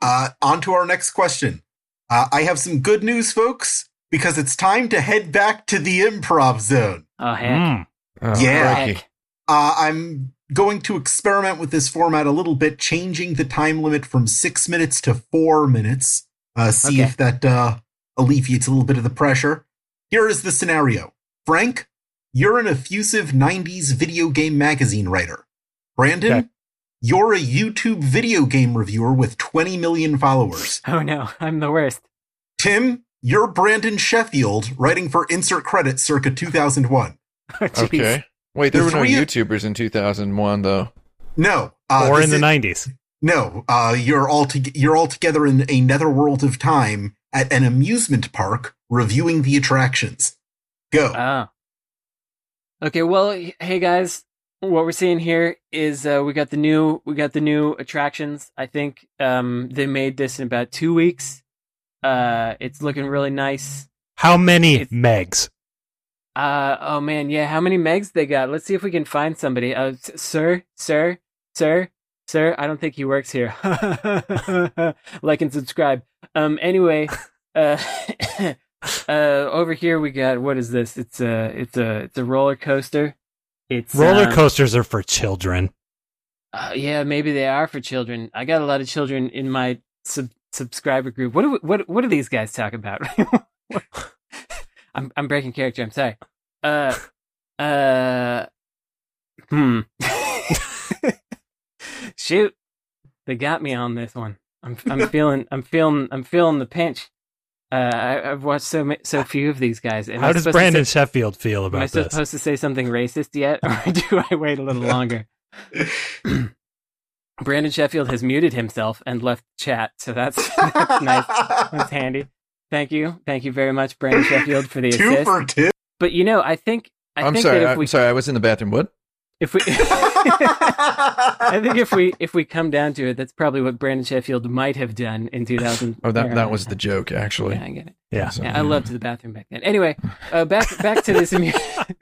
[SPEAKER 3] Uh, on to our next question. Uh, I have some good news, folks, because it's time to head back to the improv zone.
[SPEAKER 1] Oh, heck.
[SPEAKER 5] Oh,
[SPEAKER 3] Yeah.
[SPEAKER 5] crikey.
[SPEAKER 1] heck.
[SPEAKER 3] Uh, I'm going to experiment with this format a little bit, changing the time limit from six minutes to four minutes. Uh, see
[SPEAKER 1] Okay.
[SPEAKER 3] if that uh, alleviates a little bit of the pressure. Here is the scenario Frank, you're an effusive 90s video game magazine writer. Brandon,
[SPEAKER 4] Okay.
[SPEAKER 3] you're a YouTube video game reviewer with 20 million followers.
[SPEAKER 1] Oh, no. <laughs> I'm the worst.
[SPEAKER 3] Tim, you're Brandon Sheffield writing for Insert Credit circa 2001.
[SPEAKER 1] Oh, jeez.
[SPEAKER 5] Okay. Wait, there
[SPEAKER 3] The
[SPEAKER 5] were no
[SPEAKER 3] three of-
[SPEAKER 5] YouTubers in 2001, though.
[SPEAKER 3] No. Uh,
[SPEAKER 4] or
[SPEAKER 3] this
[SPEAKER 4] in the
[SPEAKER 3] is-
[SPEAKER 4] 90s.
[SPEAKER 3] No, uh, you're all to- you're all together in a netherworld of time at an amusement park reviewing the attractions. Go.
[SPEAKER 1] Oh. Okay, well, h- hey guys, what we're seeing here is uh, we got the new we got the new attractions. I think um, they made this in about two weeks. Uh, it's looking really nice.
[SPEAKER 4] How many
[SPEAKER 1] It's-
[SPEAKER 4] megs?
[SPEAKER 1] Uh, oh man, yeah. How many megs they got? Let's see if we can find somebody. Uh, s- sir, sir, sir, sir. I don't think he works here. <laughs> like and subscribe. Um. Anyway, uh, <coughs> uh, over here we got what is this? It's a, it's a, it's a roller coaster. It's
[SPEAKER 4] Roller
[SPEAKER 1] um,
[SPEAKER 4] coasters are for children.
[SPEAKER 1] uh, yeah, maybe they are for children. I got a lot of children in my sub- subscriber group. What do we, what what do these guys talk about? <laughs> I'm I'm breaking character. I'm sorry. Uh, uh, hmm. <laughs> Shoot, they got me on this one. I'm
[SPEAKER 4] <laughs>
[SPEAKER 1] I'm feeling I'm feeling I'm feeling the pinch. Uh, I, I've watched so ma- so few of these guys. Am I
[SPEAKER 4] How does
[SPEAKER 1] supposed to
[SPEAKER 4] Brandon
[SPEAKER 1] Say,
[SPEAKER 4] Sheffield feel
[SPEAKER 1] am I
[SPEAKER 4] about this?
[SPEAKER 1] supposed to say something racist yet, <laughs> or do I wait a little longer?
[SPEAKER 5] <laughs>
[SPEAKER 1] Brandon Sheffield has muted himself and left chat, so that's, <laughs> that's Uh, nice. That's handy. Thank you, thank you very much, Brandon Sheffield, for the
[SPEAKER 3] <laughs> Two
[SPEAKER 1] assist. <laughs>
[SPEAKER 3] for two.
[SPEAKER 1] But you know, I think I
[SPEAKER 5] I'm
[SPEAKER 1] think
[SPEAKER 5] sorry.
[SPEAKER 1] that
[SPEAKER 5] I'm
[SPEAKER 1] if we
[SPEAKER 5] sorry. I was in the bathroom. What?
[SPEAKER 1] if we <laughs> I think if we if we come down to it, that's probably what Brandon Sheffield might have done in 2000.
[SPEAKER 5] Oh, that,
[SPEAKER 1] Never
[SPEAKER 5] that
[SPEAKER 1] mind.
[SPEAKER 5] was the joke,
[SPEAKER 1] <laughs>
[SPEAKER 5] actually.
[SPEAKER 1] Yeah, I get it.
[SPEAKER 4] yeah.
[SPEAKER 5] So-
[SPEAKER 1] Yeah, I loved the bathroom back then. Anyway, uh, back back to this amu-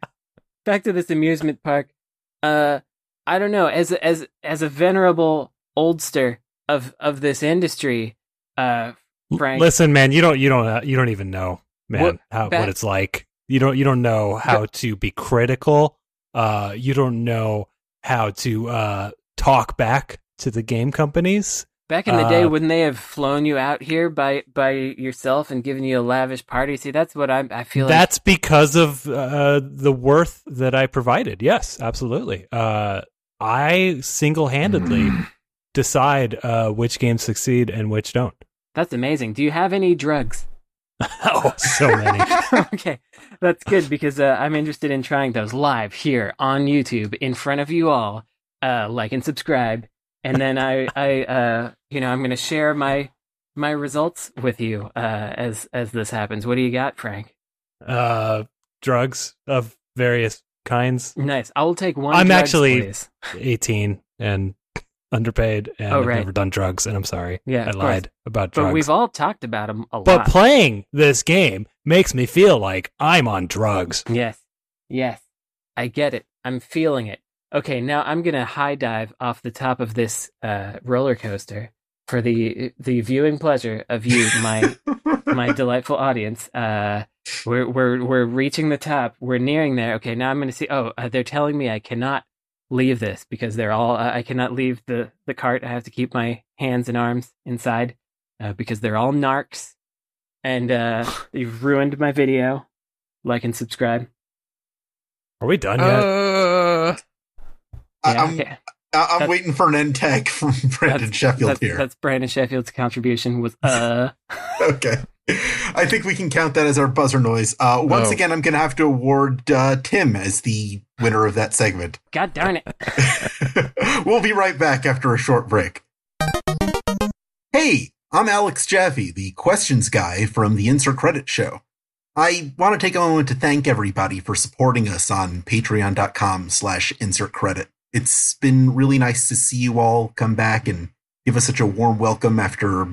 [SPEAKER 1] <laughs> back to this amusement park. Uh, I don't know. As a- as as a venerable oldster of of this industry, uh, Frank.
[SPEAKER 4] Listen, man, you don't you don't uh, you don't even know, man,
[SPEAKER 1] What-
[SPEAKER 4] how,
[SPEAKER 1] back-
[SPEAKER 4] what it's like. You don't you don't know how to be critical. Uh, you don't know how to uh talk back to the game companies.
[SPEAKER 1] Back in the day,
[SPEAKER 4] Uh,
[SPEAKER 1] wouldn't they have flown you out here by by yourself and given you a lavish party? See, that's what I I feel.
[SPEAKER 4] That's because of uh the worth that I provided. Yes, absolutely. Uh, I single handedly
[SPEAKER 1] Mm.
[SPEAKER 4] decide uh which games succeed and which don't.
[SPEAKER 1] like. that's amazing. Do you have any drugs?
[SPEAKER 4] oh, <laughs> so
[SPEAKER 1] <laughs>
[SPEAKER 4] many.
[SPEAKER 1] okay, that's good because uh, I'm interested in trying those live here on YouTube in front of you all. Uh, like and subscribe, and then I, I, uh, you know, I'm going to share my my results with you uh, as as this happens. What do you got, Frank?
[SPEAKER 4] Uh, drugs of various kinds.
[SPEAKER 1] Nice. I will take one.
[SPEAKER 4] I'm
[SPEAKER 1] drugs,
[SPEAKER 4] actually-
[SPEAKER 1] please.
[SPEAKER 4] 18 and underpaid and
[SPEAKER 1] Oh,
[SPEAKER 4] I've
[SPEAKER 1] right.
[SPEAKER 4] never done drugs and I'm sorry.
[SPEAKER 1] yeah,
[SPEAKER 4] I
[SPEAKER 1] of course.
[SPEAKER 4] lied about
[SPEAKER 1] But
[SPEAKER 4] drugs.
[SPEAKER 1] we've all talked about them a
[SPEAKER 4] But
[SPEAKER 1] lot.
[SPEAKER 4] playing this game makes me feel like I'm on drugs.
[SPEAKER 1] Yes. Yes. I get it. I'm feeling it. Okay, now I'm going to high dive off the top of this uh, roller coaster for the the viewing pleasure of you, my my delightful audience. Uh, we're we're we're reaching the top. We're nearing there. Okay, now I'm going to see. Oh, uh, they're telling me I cannot leave this because they're all. Uh, I cannot leave the the cart. I have to keep my hands and arms inside uh, because they're all narcs. And uh, you've ruined my video. Like and subscribe.
[SPEAKER 4] Are we done yet?
[SPEAKER 1] Oh,
[SPEAKER 5] Uh,
[SPEAKER 3] I-
[SPEAKER 1] Yeah,
[SPEAKER 3] I'm,
[SPEAKER 1] okay.
[SPEAKER 3] I- I'm
[SPEAKER 1] That's-
[SPEAKER 3] waiting for an end tag from <laughs> Brandon Sheffield
[SPEAKER 1] that's,
[SPEAKER 3] here.
[SPEAKER 1] That's Brandon Sheffield's contribution was uh
[SPEAKER 3] Okay. I think we can count that as our buzzer noise. Uh, once
[SPEAKER 5] Oh.
[SPEAKER 3] again, I'm going to have to award uh, Tim as the winner of that segment.
[SPEAKER 1] God darn it.
[SPEAKER 3] <laughs> we'll be right back after a short break. Hey, I'm Alex Jaffe, the questions guy from the Insert Credit Show. I want to take a moment to thank everybody for supporting us on patreon.com slash insert credit. It's been really nice to see you all come back and give us such a warm welcome after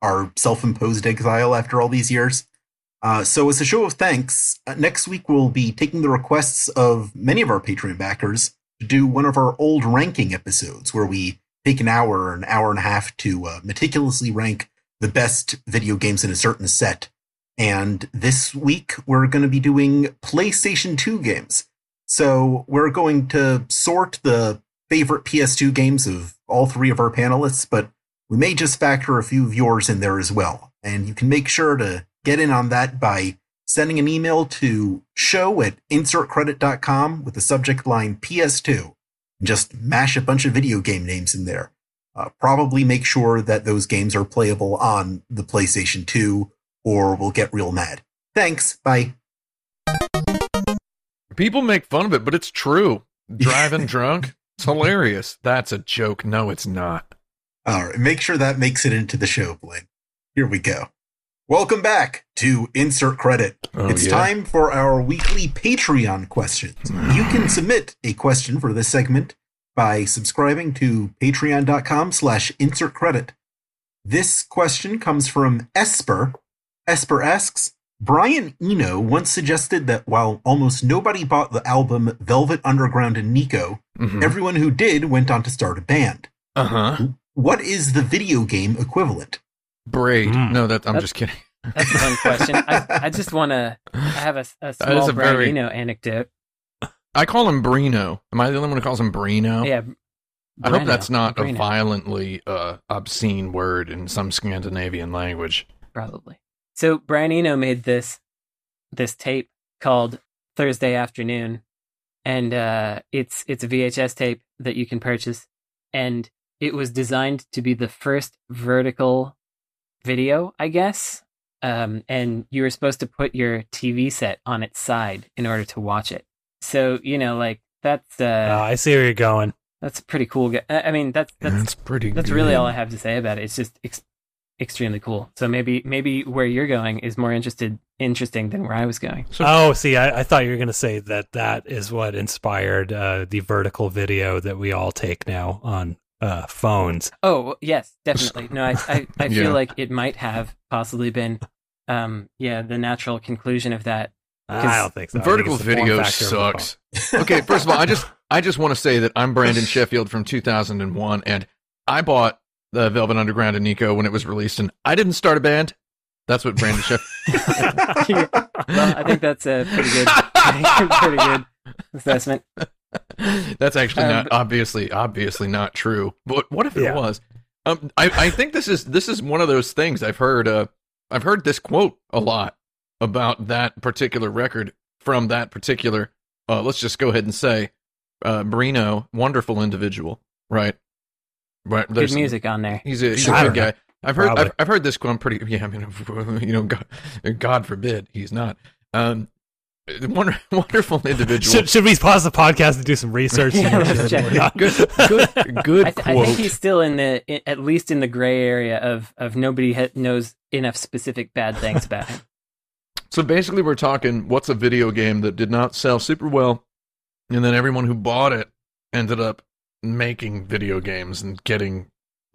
[SPEAKER 3] our self imposed exile after all these years. Uh, so, as a show of thanks, uh, next week we'll be taking the requests of many of our Patreon backers to do one of our old ranking episodes where we take an hour or an hour and a half to uh, meticulously rank the best video games in a certain set. And this week we're going to be doing PlayStation 2 games. So, we're going to sort the favorite PS2 games of all three of our panelists, but we may just factor a few of yours in there as well. And you can make sure to get in on that by sending an email to show at insertcredit.com with the subject line PS2 and just mash a bunch of video game names in there. Uh, probably make sure that those games are playable on the PlayStation 2 or we'll get real mad. Thanks. Bye.
[SPEAKER 5] People make fun of it, but it's true. Driving drunk, it's hilarious. That's a joke. No, it's not.
[SPEAKER 3] All right. Make sure that makes it into the show, Blaine. Here we go. Welcome back to Insert Credit.
[SPEAKER 5] Oh,
[SPEAKER 3] it's
[SPEAKER 5] yeah.
[SPEAKER 3] time for our weekly Patreon questions. you can submit a question for this segment by subscribing to patreon.com slash insert credit. This question comes from Esper. Esper asks, Brian Eno once suggested that while almost nobody bought the album Velvet Underground and Nico,
[SPEAKER 5] Mhm.
[SPEAKER 3] everyone who did went on to start a band.
[SPEAKER 5] Uh
[SPEAKER 1] Uh-huh.
[SPEAKER 5] huh.
[SPEAKER 3] What is the video game equivalent?
[SPEAKER 5] Braid.
[SPEAKER 4] Mm.
[SPEAKER 5] No, that I'm
[SPEAKER 1] That's-
[SPEAKER 5] just kidding.
[SPEAKER 1] That's a fun question. I, I just want to. I have a, a
[SPEAKER 5] is
[SPEAKER 1] small
[SPEAKER 5] a
[SPEAKER 1] Brian
[SPEAKER 5] very-
[SPEAKER 1] Eno anecdote.
[SPEAKER 5] I call him Brino. Am I the only one who calls him Brino?
[SPEAKER 1] Yeah.
[SPEAKER 5] I hope that's not a
[SPEAKER 1] Breno,
[SPEAKER 5] violently uh, obscene word in some Scandinavian language.
[SPEAKER 1] probably. So Brian Eno made this this tape called Thursday Afternoon, and uh, it's it's a VHS tape that you can purchase, and it was designed to be the first vertical video, I guess. Um, and you were supposed to put your TV set on its side in order to watch it. So you know, like that's
[SPEAKER 4] Uh,
[SPEAKER 1] uh,
[SPEAKER 4] I see where you're going.
[SPEAKER 1] that's a pretty cool. Ga- I I mean, that's that's
[SPEAKER 5] pretty.
[SPEAKER 1] that's
[SPEAKER 5] good.
[SPEAKER 1] really all I have to say about it. It's just ex- extremely cool. So maybe maybe where you're going is more interested interesting than where I was going.
[SPEAKER 5] So-
[SPEAKER 4] oh, see, I, I thought you were going to say that that is what inspired uh, the vertical video that we all take now on uh, phones.
[SPEAKER 1] Oh
[SPEAKER 5] <laughs>
[SPEAKER 1] yes, definitely. No, I I, I feel
[SPEAKER 5] Yeah.
[SPEAKER 1] like it might have possibly been, um, yeah, the natural conclusion of that.
[SPEAKER 4] I don't think so. I think
[SPEAKER 5] Vertical
[SPEAKER 4] it's the form
[SPEAKER 5] video
[SPEAKER 4] factor of the phone.
[SPEAKER 5] sucks. okay, first of all, I just I just want to say that I'm Brandon Sheffield from 2001, and I bought the Velvet Underground and Nico when it was released, and I didn't start a band. That's what
[SPEAKER 4] <laughs>
[SPEAKER 5] Brandon Sheffield. <laughs>
[SPEAKER 1] well, I think that's a pretty good, <laughs> pretty good assessment.
[SPEAKER 5] <laughs> That's actually
[SPEAKER 1] Um,
[SPEAKER 5] not
[SPEAKER 1] but-
[SPEAKER 5] obviously obviously not true. But what if it
[SPEAKER 4] Yeah.
[SPEAKER 5] was? Um, I, I think this is this is one of those things I've heard. Uh, I've heard this quote a lot about that particular record from that particular. Uh, let's just go ahead and say, uh, Marino, wonderful individual, right? Right.
[SPEAKER 1] good music on there.
[SPEAKER 5] He's a, he's
[SPEAKER 4] Sure.
[SPEAKER 5] a good guy. I've heard I've,
[SPEAKER 4] Probably.
[SPEAKER 5] I've heard this quote. I'm pretty yeah. I mean, <laughs> you know, God, God forbid he's not. Um, <laughs> wonder, wonderful
[SPEAKER 4] <laughs>
[SPEAKER 5] individual.
[SPEAKER 4] Should, should we pause the podcast and do some
[SPEAKER 1] <laughs>
[SPEAKER 4] research?
[SPEAKER 1] Yeah,
[SPEAKER 4] to make
[SPEAKER 1] let's
[SPEAKER 4] sure that
[SPEAKER 1] check.
[SPEAKER 4] we're not-
[SPEAKER 5] good, <laughs> good, good
[SPEAKER 1] I, th- I
[SPEAKER 5] quote.
[SPEAKER 1] think he's still in the i at least in the gray area of of nobody ha- knows enough specific bad things about
[SPEAKER 5] <laughs>
[SPEAKER 1] him.
[SPEAKER 5] so basically, we're talking what's a video game that did not sell super well, and then everyone who bought it ended up making video games and getting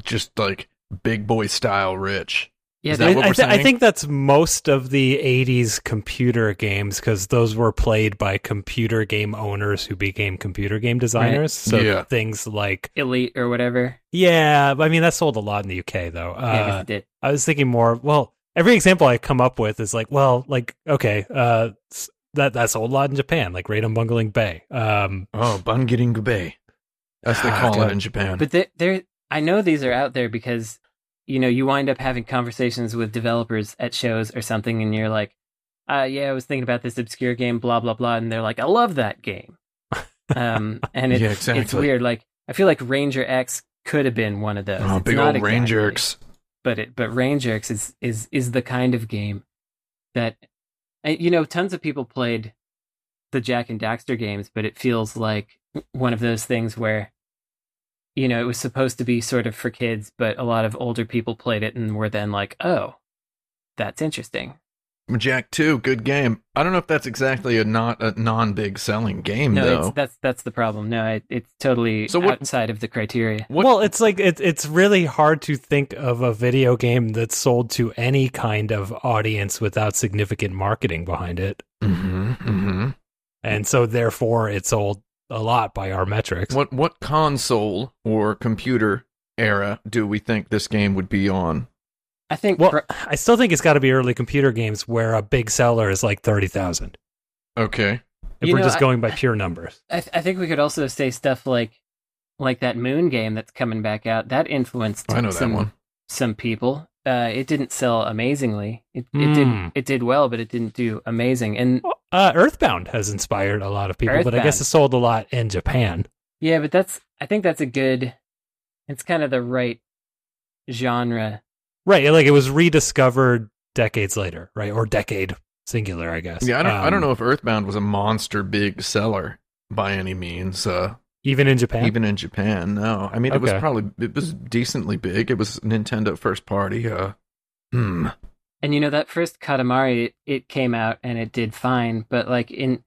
[SPEAKER 5] just like big boy style rich.
[SPEAKER 1] Yeah,
[SPEAKER 5] Is that what
[SPEAKER 4] I,
[SPEAKER 5] we're
[SPEAKER 4] thi- I
[SPEAKER 5] saying?
[SPEAKER 4] think that's most of the 80s computer games because those were played by computer game owners who became computer game designers. So
[SPEAKER 5] Yeah.
[SPEAKER 4] things like,
[SPEAKER 1] elite or whatever.
[SPEAKER 4] yeah, but I mean, that sold a lot in the UK though.
[SPEAKER 1] yeah, I
[SPEAKER 4] Uh,
[SPEAKER 1] guess it did.
[SPEAKER 4] I was thinking more, well, every example I come up with is like, well, like, okay, uh, s- that that sold a lot in Japan, like Raid on Bungling Bay. Um,
[SPEAKER 5] Oh, Bungetting Gube. That's they
[SPEAKER 4] Ah,
[SPEAKER 5] call
[SPEAKER 4] God.
[SPEAKER 5] it in Japan.
[SPEAKER 1] But there, there, I know these are out there because you know you wind up having conversations with developers at shows or something, and you're like, uh, "Yeah, I was thinking about this obscure game, blah blah blah," and they're like, "I love that game,"
[SPEAKER 5] <laughs>
[SPEAKER 1] um, and it's
[SPEAKER 5] yeah, exactly.
[SPEAKER 1] it's weird. Like I feel like Ranger X could have been one of those.
[SPEAKER 5] Oh,
[SPEAKER 1] It's
[SPEAKER 5] big
[SPEAKER 1] not
[SPEAKER 5] old
[SPEAKER 1] exactly,
[SPEAKER 5] rain jerks.
[SPEAKER 1] but it, but Ranger X is is is the kind of game that and, you know tons of people played the Jack and Daxter games, but it feels like one of those things where you know it was supposed to be sort of for kids, but a lot of older people played it and were then like, "Oh, that's interesting."
[SPEAKER 5] Jack Two, good game. I don't know if that's exactly a not a non big selling game
[SPEAKER 1] No,
[SPEAKER 5] though.
[SPEAKER 1] it's, that's that's the problem. No, it, it's totally
[SPEAKER 5] So what-
[SPEAKER 1] outside of the criteria.
[SPEAKER 5] What-
[SPEAKER 4] well, it's like it, it's really hard to think of a video game that's sold to any kind of audience without significant marketing behind it,
[SPEAKER 5] hmm hmm
[SPEAKER 4] and so therefore it sold a lot by our metrics.
[SPEAKER 5] What what console or computer era do we think this game would be on?
[SPEAKER 1] I think
[SPEAKER 4] Well,
[SPEAKER 1] pro-
[SPEAKER 4] I still think it's got to be early computer games where a big seller is like thirty thousand.
[SPEAKER 5] Okay.
[SPEAKER 4] If
[SPEAKER 1] You
[SPEAKER 4] we're
[SPEAKER 1] know,
[SPEAKER 4] just
[SPEAKER 1] I-
[SPEAKER 4] going by pure numbers,
[SPEAKER 1] I, th- I think we could also say stuff like like that Moon game that's coming back out. That influenced
[SPEAKER 5] I know that
[SPEAKER 1] some
[SPEAKER 5] one.
[SPEAKER 1] some people. Uh, it didn't sell amazingly. It, it
[SPEAKER 4] Mm.
[SPEAKER 1] did it did well, but it didn't do amazing. And
[SPEAKER 4] uh, Earthbound has inspired a lot of people, but I guess
[SPEAKER 1] Earthbound.
[SPEAKER 4] it sold a lot in Japan.
[SPEAKER 1] yeah, but that's I think that's a good. It's kind of the right genre.
[SPEAKER 4] Right, like it was rediscovered decades later, right? Or decade singular, I guess.
[SPEAKER 5] Yeah, I don't I
[SPEAKER 4] Um,
[SPEAKER 5] don't know if Earthbound was a monster big seller by any means. Uh
[SPEAKER 4] Even in Japan,
[SPEAKER 5] even in Japan. No, I mean it was
[SPEAKER 4] Okay.
[SPEAKER 5] probably it was decently big. It was Nintendo first party. Uh, hmm.
[SPEAKER 1] And you know that first Katamari, it, it came out and it did fine, but like in,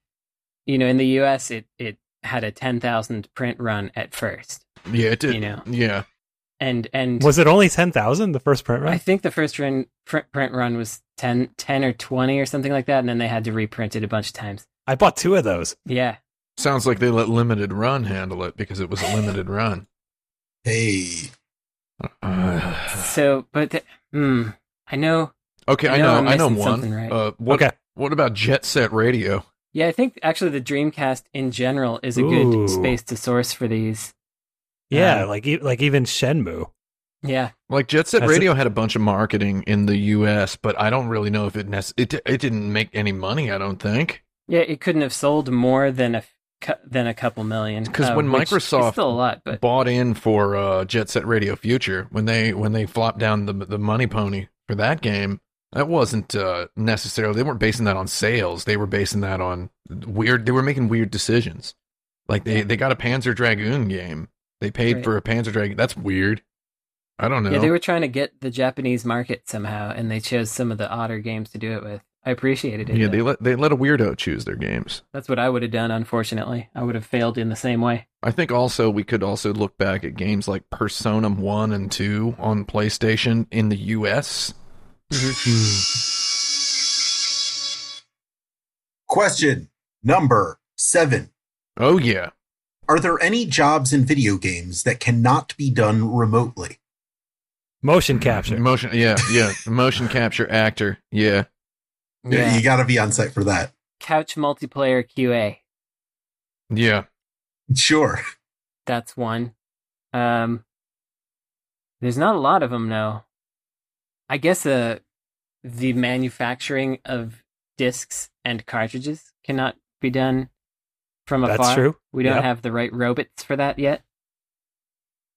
[SPEAKER 1] you know, in the U.S. it it had a ten thousand print run at first,
[SPEAKER 5] Yeah, it did.
[SPEAKER 1] You know.
[SPEAKER 5] Yeah,
[SPEAKER 1] and and
[SPEAKER 4] was it only ten thousand the first print
[SPEAKER 1] I
[SPEAKER 4] run?
[SPEAKER 1] think the first run, print, print run was 10, 10 or 20 or something like that, and then they had to reprint it a bunch of times.
[SPEAKER 4] I bought two of those.
[SPEAKER 1] Yeah.
[SPEAKER 5] sounds like they let Limited Run handle it because it was a limited <sighs> run.
[SPEAKER 3] Hey,
[SPEAKER 5] Uh,
[SPEAKER 1] So, but, the, mm, I know.
[SPEAKER 5] okay, I
[SPEAKER 1] I know
[SPEAKER 5] know,
[SPEAKER 1] I'm
[SPEAKER 5] I know
[SPEAKER 1] missing
[SPEAKER 5] one.
[SPEAKER 1] something, right?
[SPEAKER 5] Uh, what
[SPEAKER 4] Okay.
[SPEAKER 5] what about Jet Set Radio?
[SPEAKER 1] Yeah, I think actually the Dreamcast in general is a
[SPEAKER 4] Ooh.
[SPEAKER 1] good space to source for these.
[SPEAKER 4] Yeah,
[SPEAKER 1] Um,
[SPEAKER 4] like e- like even Shenmue.
[SPEAKER 1] Yeah.
[SPEAKER 5] Like Jet Set
[SPEAKER 4] That's
[SPEAKER 5] Radio had a bunch of marketing in the U.S., but I don't really know if it nec- it it didn't make any money. I don't think
[SPEAKER 1] Yeah, it couldn't have sold more than a, f- cou- than a couple million. uh,
[SPEAKER 5] because when
[SPEAKER 1] which is
[SPEAKER 5] Microsoft
[SPEAKER 1] still a lot, but
[SPEAKER 5] bought in for uh, Jet Set Radio Future when they when they flopped down the the money pony for that game. That wasn't uh, necessarily. They weren't basing that on sales. They were basing that on weird. They were making weird decisions. Like they they got a Panzer Dragoon game. They paid
[SPEAKER 1] Right.
[SPEAKER 5] for a Panzer Dragoon. That's weird. I don't know.
[SPEAKER 1] yeah, they were trying to get the Japanese market somehow, and they chose some of the Otter games to do it with. I appreciated it.
[SPEAKER 5] yeah,
[SPEAKER 1] though.
[SPEAKER 5] they let they let a weirdo choose their games.
[SPEAKER 1] That's what I would have done, unfortunately. I would have failed in the same way.
[SPEAKER 5] I think also we could also look back at games like Persona 1 and 2 on PlayStation in the US.
[SPEAKER 3] question number seven.
[SPEAKER 5] Oh yeah.
[SPEAKER 3] Are there any jobs in video games that cannot be done remotely?
[SPEAKER 4] Motion capture.
[SPEAKER 5] Motion, yeah,
[SPEAKER 4] <laughs>
[SPEAKER 5] yeah. Motion capture actor, yeah.
[SPEAKER 1] Yeah.
[SPEAKER 3] You got to be on site for that.
[SPEAKER 1] Couch multiplayer QA.
[SPEAKER 5] Yeah.
[SPEAKER 3] Sure.
[SPEAKER 1] That's one. Um, there's not a lot of them, no. I guess uh, the manufacturing of discs and cartridges cannot be done from
[SPEAKER 4] That's
[SPEAKER 1] afar.
[SPEAKER 4] true.
[SPEAKER 1] We don't
[SPEAKER 4] Yep.
[SPEAKER 1] have the right robots for that yet.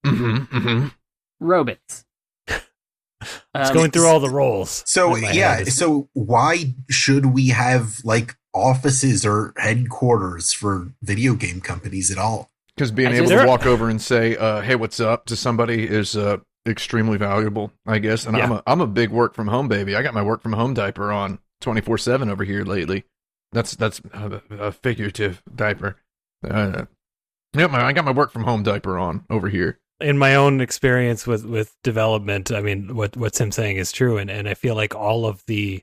[SPEAKER 5] Mm-hmm, mm-hmm.
[SPEAKER 1] Robots.
[SPEAKER 4] <laughs> It's
[SPEAKER 1] Um,
[SPEAKER 4] going through all the roles.
[SPEAKER 3] So
[SPEAKER 4] in my
[SPEAKER 3] yeah,
[SPEAKER 4] head.
[SPEAKER 3] so why should we have like offices or headquarters for video game companies at all?
[SPEAKER 5] Because being
[SPEAKER 1] I
[SPEAKER 5] able
[SPEAKER 1] just-
[SPEAKER 5] to walk over and say, uh, "Hey, what's up?" to somebody is uh, extremely valuable, I guess. And I'm a I'm a big work from home baby. I got my work from home diaper on 24 seven over here lately. That's that's a, a figurative diaper. Uh, yeah, my, I got my work from home diaper on over here.
[SPEAKER 4] in my own experience with with development, I mean, what what Tim's saying is true, and and I feel like all of the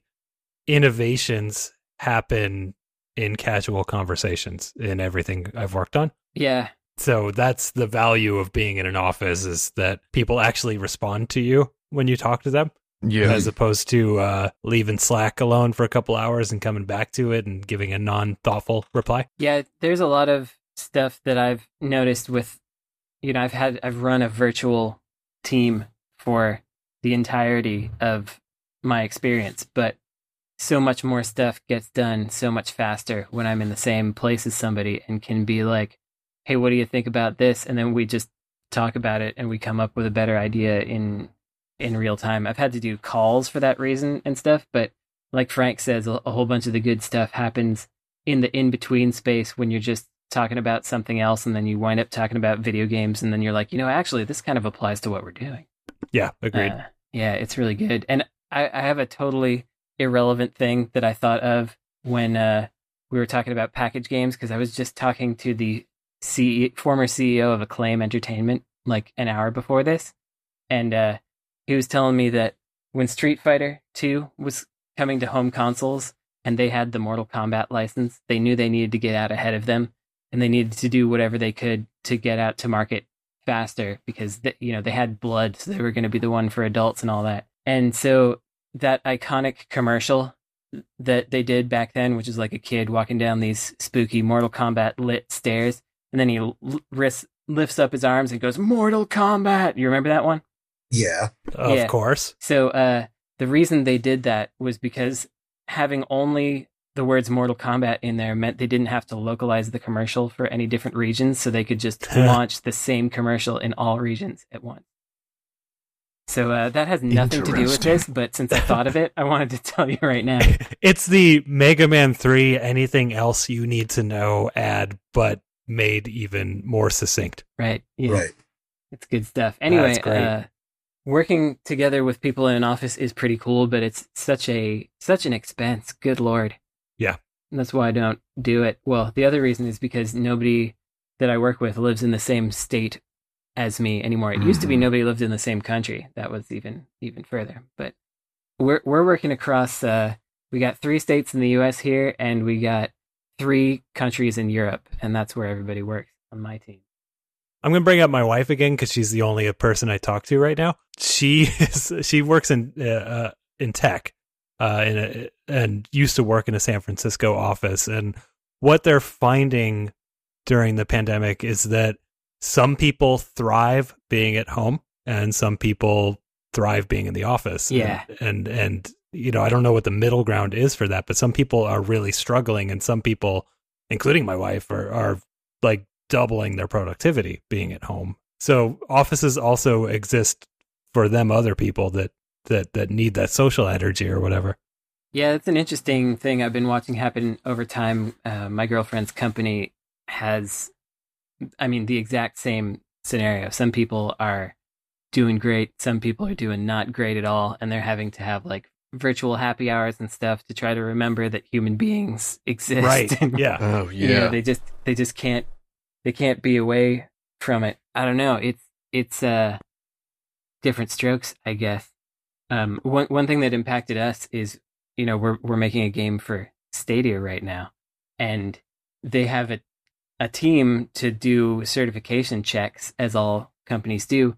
[SPEAKER 4] innovations happen in casual conversations in everything I've worked on.
[SPEAKER 1] Yeah.
[SPEAKER 4] So that's the value of being in an office is that people actually respond to you when you talk to them,
[SPEAKER 5] Yeah,
[SPEAKER 4] as opposed to uh, leaving Slack alone for a couple hours and coming back to it and giving a non thoughtful reply.
[SPEAKER 1] Yeah, there's a lot of stuff that I've noticed with you know, I've had I've run a virtual team for the entirety of my experience, but so much more stuff gets done so much faster when I'm in the same place as somebody and can be like, "Hey, what do you think about this?" and then we just talk about it and we come up with a better idea in in real time. I've had to do calls for that reason and stuff, but like Frank says, a, a whole bunch of the good stuff happens in the in between space when you're just talking about something else and then you wind up talking about video games and then you're like, you know, actually, this kind of applies to what we're doing.
[SPEAKER 4] Yeah, agreed.
[SPEAKER 1] Uh, yeah, it's really good. And I, I have a totally irrelevant thing that I thought of when uh, we were talking about package games because I was just talking to the C- former CEO of Acclaim Entertainment like an hour before this, and uh, he was telling me that when Street Fighter Two was coming to home consoles and they had the Mortal Kombat license, they knew they needed to get out ahead of them, and they needed to do whatever they could to get out to market faster because th- you know they had blood, so they were going to be the one for adults and all that. And so that iconic commercial that they did back then, which is like a kid walking down these spooky Mortal Kombat lit stairs, and then he l- wrist, lifts up his arms and goes Mortal Kombat. You remember that one?
[SPEAKER 3] Yeah.
[SPEAKER 4] Of
[SPEAKER 1] Yeah.
[SPEAKER 4] course.
[SPEAKER 1] So uh, the reason they did that was because having only the words Mortal Kombat in there meant they didn't have to localize the commercial for any different regions, so they could just launch the same commercial in all regions at once. So uh, that has nothing to do with
[SPEAKER 2] Interesting.
[SPEAKER 1] this, but since I thought of it, I wanted to tell you right
[SPEAKER 4] <laughs>
[SPEAKER 1] now.
[SPEAKER 4] It's the Mega Man 3 anything else you need to know ad, but made even more succinct.
[SPEAKER 1] Right? Yeah.
[SPEAKER 3] Right.
[SPEAKER 1] It's good stuff. Anyway,
[SPEAKER 4] great.
[SPEAKER 1] Uh, working together with people in an office is pretty cool, but it's such a such an expense. Good lord.
[SPEAKER 4] Yeah.
[SPEAKER 1] And that's why I don't do it. Well, the other reason is because nobody that I work with lives in the same state as me anymore. It used to
[SPEAKER 4] Mm.
[SPEAKER 1] be nobody lived in the same country. That was even even further. But we're we're working across. Uh, we got three states in the U.S. here, and we got three countries in Europe, and that's where everybody works on my team.
[SPEAKER 4] I'm going to bring up my wife again because she's the only person I talk to right now. She <laughs> is, she works in uh, uh, in tech, uh, in a, and used to work in a San Francisco office. And what they're finding during the pandemic is that some people thrive being at home, and some people thrive being in the office.
[SPEAKER 1] Yeah.
[SPEAKER 4] and and, and you know I don't know what the middle ground is for that, but some people are really struggling, and some people, including my wife, are are like doubling their productivity being at home. So offices also exist for them other people that that that need that social energy or
[SPEAKER 1] <laughs>
[SPEAKER 4] whatever.
[SPEAKER 1] Yeah, that's an interesting thing I've been watching happen over time. Uh, my girlfriend's company has, I mean, the exact same scenario. Some people are doing great, some people are doing not great at all, and they're having to have like virtual happy hours and stuff to try to remember that human beings <laughs> exist. And,
[SPEAKER 4] Yeah.
[SPEAKER 5] <laughs> Oh
[SPEAKER 1] you know, they just they just can't they can't be away from it. I don't know. It's it's uh different strokes, I guess. Um, one one thing that impacted us is you know we're we're making a game for Stadia right now, and they have a a team to do certification checks as all companies do,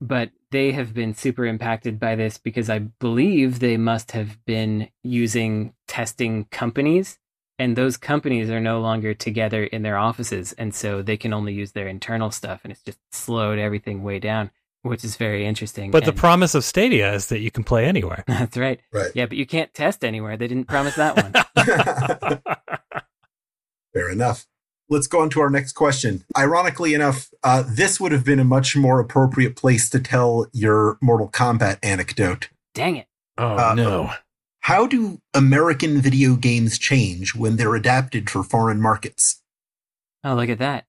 [SPEAKER 1] but they have been super impacted by this because I believe they must have been using testing companies and those companies are no longer together in their offices and so they can only use their internal stuff and it's just slowed everything way down which is very interesting <laughs>
[SPEAKER 4] But the
[SPEAKER 1] And-
[SPEAKER 4] promise of Stadia is that you can
[SPEAKER 1] <laughs>
[SPEAKER 4] play anywhere.
[SPEAKER 1] that's right
[SPEAKER 3] Right.
[SPEAKER 1] yeah but you can't test anywhere they didn't promise that
[SPEAKER 4] <laughs>
[SPEAKER 1] one
[SPEAKER 3] <laughs> Fair enough. Let's go on to our next question. Ironically enough, uh, this would have been a much more appropriate place to tell your Mortal Kombat anecdote.
[SPEAKER 1] dang it
[SPEAKER 5] Oh
[SPEAKER 3] Uh,
[SPEAKER 5] no.
[SPEAKER 3] How do American video games change when they're adapted for
[SPEAKER 1] <laughs>
[SPEAKER 3] foreign markets?
[SPEAKER 1] oh look at that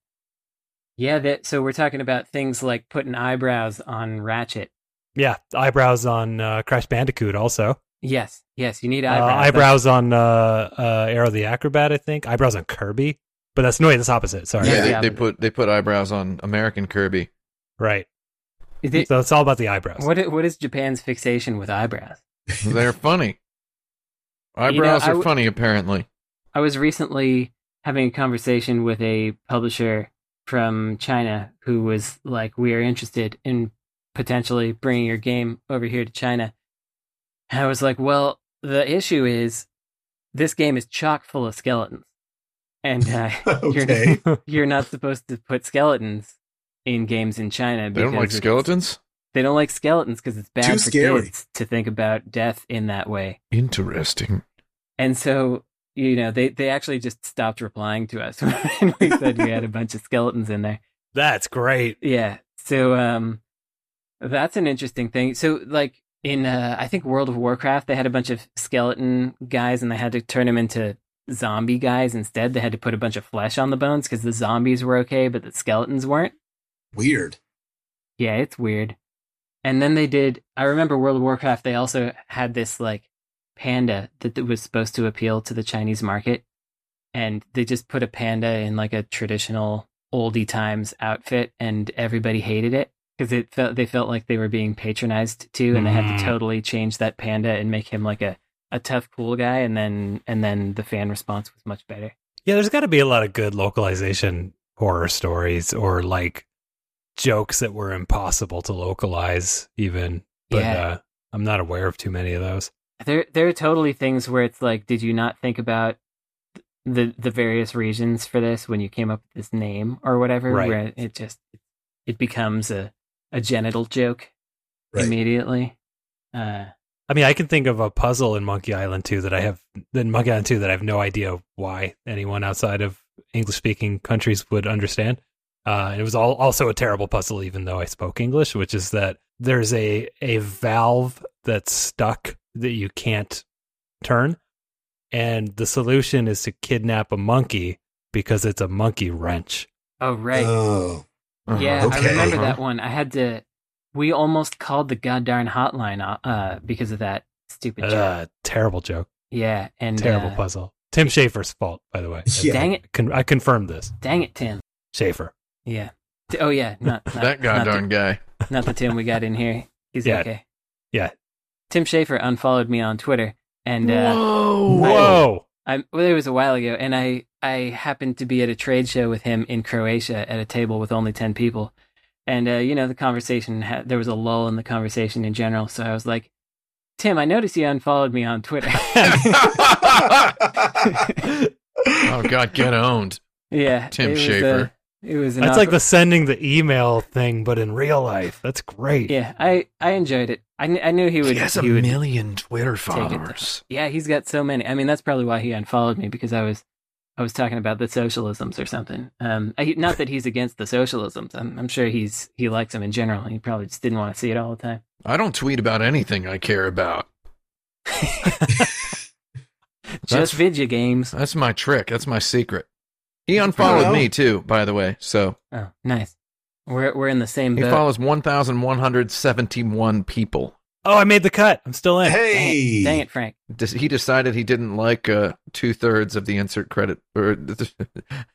[SPEAKER 1] yeah that so we're talking about things like putting eyebrows on ratchet
[SPEAKER 4] yeah, eyebrows on uh, Crash Bandicoot also.
[SPEAKER 1] yes yes you need
[SPEAKER 4] Uh,
[SPEAKER 1] eyebrows That's-
[SPEAKER 4] eyebrows on uh, uh, Arrow the Acrobat, I think. Eyebrows on Kirby. But that's no, wait, that's opposite. Sorry.
[SPEAKER 5] Yeah,
[SPEAKER 1] Yeah,
[SPEAKER 5] they,
[SPEAKER 1] yeah.
[SPEAKER 5] they put they put eyebrows on American Kirby.
[SPEAKER 4] Right.
[SPEAKER 1] is it,
[SPEAKER 4] so it's all about the eyebrows.
[SPEAKER 1] what, i- what is japan's fixation with eyebrows <laughs>
[SPEAKER 5] They're funny. Eyebrows
[SPEAKER 1] I
[SPEAKER 5] are
[SPEAKER 1] w-
[SPEAKER 5] funny, apparently.
[SPEAKER 1] I was recently having a conversation with a publisher from China who was like, "We are interested in potentially bringing your game over here to China." And I was like, "Well, the issue is this game is chock full of skeletons, and uh,
[SPEAKER 3] okay.
[SPEAKER 1] you're you're not supposed to put skeletons in games in China.
[SPEAKER 5] They don't like
[SPEAKER 1] because it's-
[SPEAKER 5] skeletons.
[SPEAKER 1] They don't like skeletons because it's bad
[SPEAKER 3] Too
[SPEAKER 1] for
[SPEAKER 3] scary.
[SPEAKER 1] kids to think about death in that way."
[SPEAKER 5] Interesting.
[SPEAKER 1] And so, you know, they, they actually just stopped replying to us <laughs> when we said we had a bunch of skeletons in there.
[SPEAKER 4] That's great.
[SPEAKER 1] Yeah. So, um, that's an interesting thing. So, like in, uh, I think World of Warcraft, they had a bunch of skeleton guys and they had to turn them into zombie guys instead. They had to put a bunch of flesh on the bones because the zombies were okay, but the skeletons weren't.
[SPEAKER 3] Weird.
[SPEAKER 1] Yeah, it's weird. And then they did. I remember World of Warcraft. They also had this like panda that that was supposed to appeal to the Chinese market, and they just put a panda in like a traditional oldie times outfit, and everybody hated it because it felt they felt like they were being patronized too, and they had to
[SPEAKER 4] Mm.
[SPEAKER 1] totally change that panda and make him like a a tough cool guy, and then and then the fan response was much better.
[SPEAKER 4] Yeah, there's got to be a lot of good localization horror stories or like jokes that were impossible to localize, even. But
[SPEAKER 1] Yeah.
[SPEAKER 4] uh, I'm not aware of too many of those.
[SPEAKER 1] there there are totally things where it's like did you not think about the the various reasons for this when you came up with this name or whatever
[SPEAKER 4] Right.
[SPEAKER 1] where it just it becomes a a genital joke
[SPEAKER 3] Right.
[SPEAKER 1] immediately uh
[SPEAKER 4] I mean, I can think of a puzzle in Monkey Island 2 that I have, in Monkey Island 2, that I have no idea why anyone outside of English speaking countries would understand. Uh, and it was all, also a terrible puzzle, even though I spoke English, which is that there's a, a valve that's stuck that you can't turn. And the solution is to kidnap a monkey because it's a monkey wrench.
[SPEAKER 1] oh right
[SPEAKER 3] Oh, <laughs>
[SPEAKER 1] yeah
[SPEAKER 3] Okay.
[SPEAKER 1] i remember
[SPEAKER 5] Uh-huh.
[SPEAKER 1] that one i had to we almost called the goddamn hotline uh, uh because of that stupid joke
[SPEAKER 4] Uh, terrible joke.
[SPEAKER 1] yeah and
[SPEAKER 4] Terrible
[SPEAKER 1] uh,
[SPEAKER 4] puzzle. Tim Schafer's fault, by the way.
[SPEAKER 3] Yeah.
[SPEAKER 1] dang it
[SPEAKER 4] Con- I confirmed this.
[SPEAKER 1] dang it tim
[SPEAKER 4] Schafer.
[SPEAKER 1] yeah T- oh yeah not, not
[SPEAKER 5] that
[SPEAKER 1] not the-
[SPEAKER 5] goddamn guy.
[SPEAKER 1] Not the Tim we got in here. He's
[SPEAKER 4] Yeah.
[SPEAKER 1] okay.
[SPEAKER 4] Yeah.
[SPEAKER 1] Tim Schaefer unfollowed me on Twitter, and uh,
[SPEAKER 5] Whoa!
[SPEAKER 4] Whoa.
[SPEAKER 1] I well, it was a while ago, and I I happened to be at a trade show with him in Croatia at a table with only ten people, and uh, you know the conversation ha- there was a lull in the conversation in general, so I was like, Tim, I noticed you unfollowed me on Twitter. <laughs>
[SPEAKER 5] Oh god, get owned.
[SPEAKER 1] yeah,
[SPEAKER 5] Tim
[SPEAKER 1] it was, uh,
[SPEAKER 5] Schaefer.
[SPEAKER 1] it was an
[SPEAKER 4] That's
[SPEAKER 1] awkward-
[SPEAKER 4] like the sending the email thing, but in real life. That's great.
[SPEAKER 1] yeah. I I enjoyed it. I, kn- I knew <laughs> he would. he would-
[SPEAKER 5] million Twitter
[SPEAKER 1] it down. Yeah, he's got so many. I mean, that's probably why he unfollowed me because I was, I was talking about the socialisms or something. Um, I, not that he's against the socialisms. I'm, I'm sure he's he likes them in general. He probably just didn't want to see it all the time.
[SPEAKER 5] I don't tweet about anything I care
[SPEAKER 1] <laughs>
[SPEAKER 5] about.
[SPEAKER 1] Just video games.
[SPEAKER 5] That's my trick. That's my secret. He unfollowed
[SPEAKER 3] Hello?
[SPEAKER 5] me too, by the way. So
[SPEAKER 1] Oh, nice. We're we're in the same
[SPEAKER 5] he
[SPEAKER 1] boat.
[SPEAKER 5] follows 1,171 people.
[SPEAKER 4] Oh, I made the cut. I'm still in.
[SPEAKER 1] Dang
[SPEAKER 3] hey,
[SPEAKER 1] it, dang it, Frank.
[SPEAKER 5] Des- he decided he didn't like uh, two thirds of the insert credit. Or <laughs>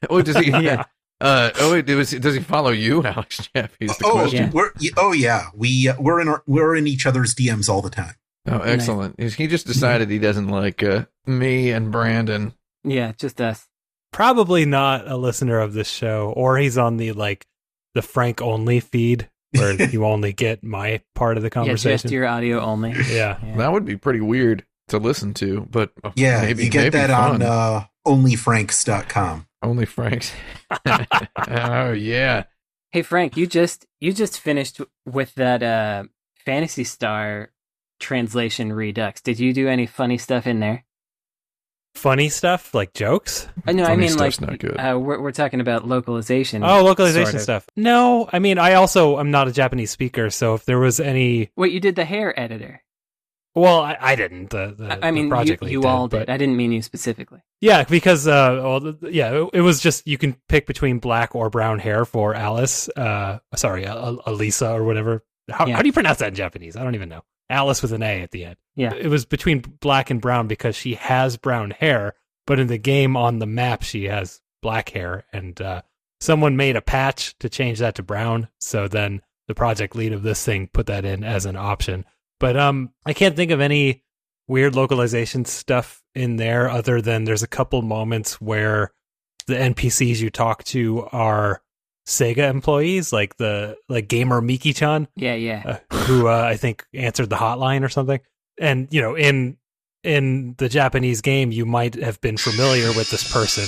[SPEAKER 5] oh, does he?
[SPEAKER 4] Yeah.
[SPEAKER 5] Uh, oh, wait, does, does he follow you, <laughs> Alex Jeff? He's the
[SPEAKER 3] oh,
[SPEAKER 5] question.
[SPEAKER 1] Yeah.
[SPEAKER 3] we're y- oh yeah, we uh, we're in our, we're in each other's DMs all the time.
[SPEAKER 5] Oh, excellent. He just decided he doesn't like uh, me and Brandon.
[SPEAKER 1] Yeah, just us.
[SPEAKER 4] Probably not a listener of this show, or he's on the like the Frank only feed
[SPEAKER 1] <laughs>
[SPEAKER 4] where you only get my part of the
[SPEAKER 1] Yeah,
[SPEAKER 4] conversation.
[SPEAKER 1] just your audio only.
[SPEAKER 4] <laughs> Yeah.
[SPEAKER 1] Yeah.
[SPEAKER 5] That would be pretty weird to listen to, but uh,
[SPEAKER 3] Yeah,
[SPEAKER 5] maybe
[SPEAKER 3] you get
[SPEAKER 5] maybe
[SPEAKER 3] that
[SPEAKER 5] fun.
[SPEAKER 3] on uh, onlyfranks.com.
[SPEAKER 5] only Frank's. <laughs> oh yeah,
[SPEAKER 1] Hey Frank, you just you just finished with that uh, Fantasy Star translation redux. Did you do any funny stuff in there?
[SPEAKER 4] Funny stuff like jokes.
[SPEAKER 1] Uh, no, I
[SPEAKER 5] Funny
[SPEAKER 1] mean
[SPEAKER 5] stuff's
[SPEAKER 1] like
[SPEAKER 5] not good.
[SPEAKER 1] Uh, we're we're talking about localization.
[SPEAKER 4] Oh, localization
[SPEAKER 1] Mm, sort of.
[SPEAKER 4] stuff. No, I mean I also am not a Japanese speaker, so if there was any,
[SPEAKER 1] Wait, you did the hair editor?
[SPEAKER 4] well, I, I didn't. The, the
[SPEAKER 1] I I
[SPEAKER 4] the
[SPEAKER 1] mean, you,
[SPEAKER 4] project lead
[SPEAKER 1] you all
[SPEAKER 4] but-
[SPEAKER 1] did. I didn't mean you specifically.
[SPEAKER 4] Yeah, because uh, well, th- yeah, it- it was just you can pick between black or brown hair for Alice. Uh, sorry, Al- Al- Alisa or whatever. How,
[SPEAKER 1] Yeah.
[SPEAKER 4] how do you pronounce that in Japanese? I don't even know. Alice with an A at the end.
[SPEAKER 1] Yeah.
[SPEAKER 4] it was between black and brown because she has brown hair, but in the game on the map she has black hair, and uh, someone made a patch to change that to brown. So then the project lead of this thing put that in as an option. But um, I can't think of any weird localization stuff in there other than there's a couple moments where the NPCs you talk to are Sega employees like the like gamer Miki-chan
[SPEAKER 1] Yeah, yeah.
[SPEAKER 4] uh, who uh, I think answered the hotline or something and you know in in the Japanese game you might have been familiar with this person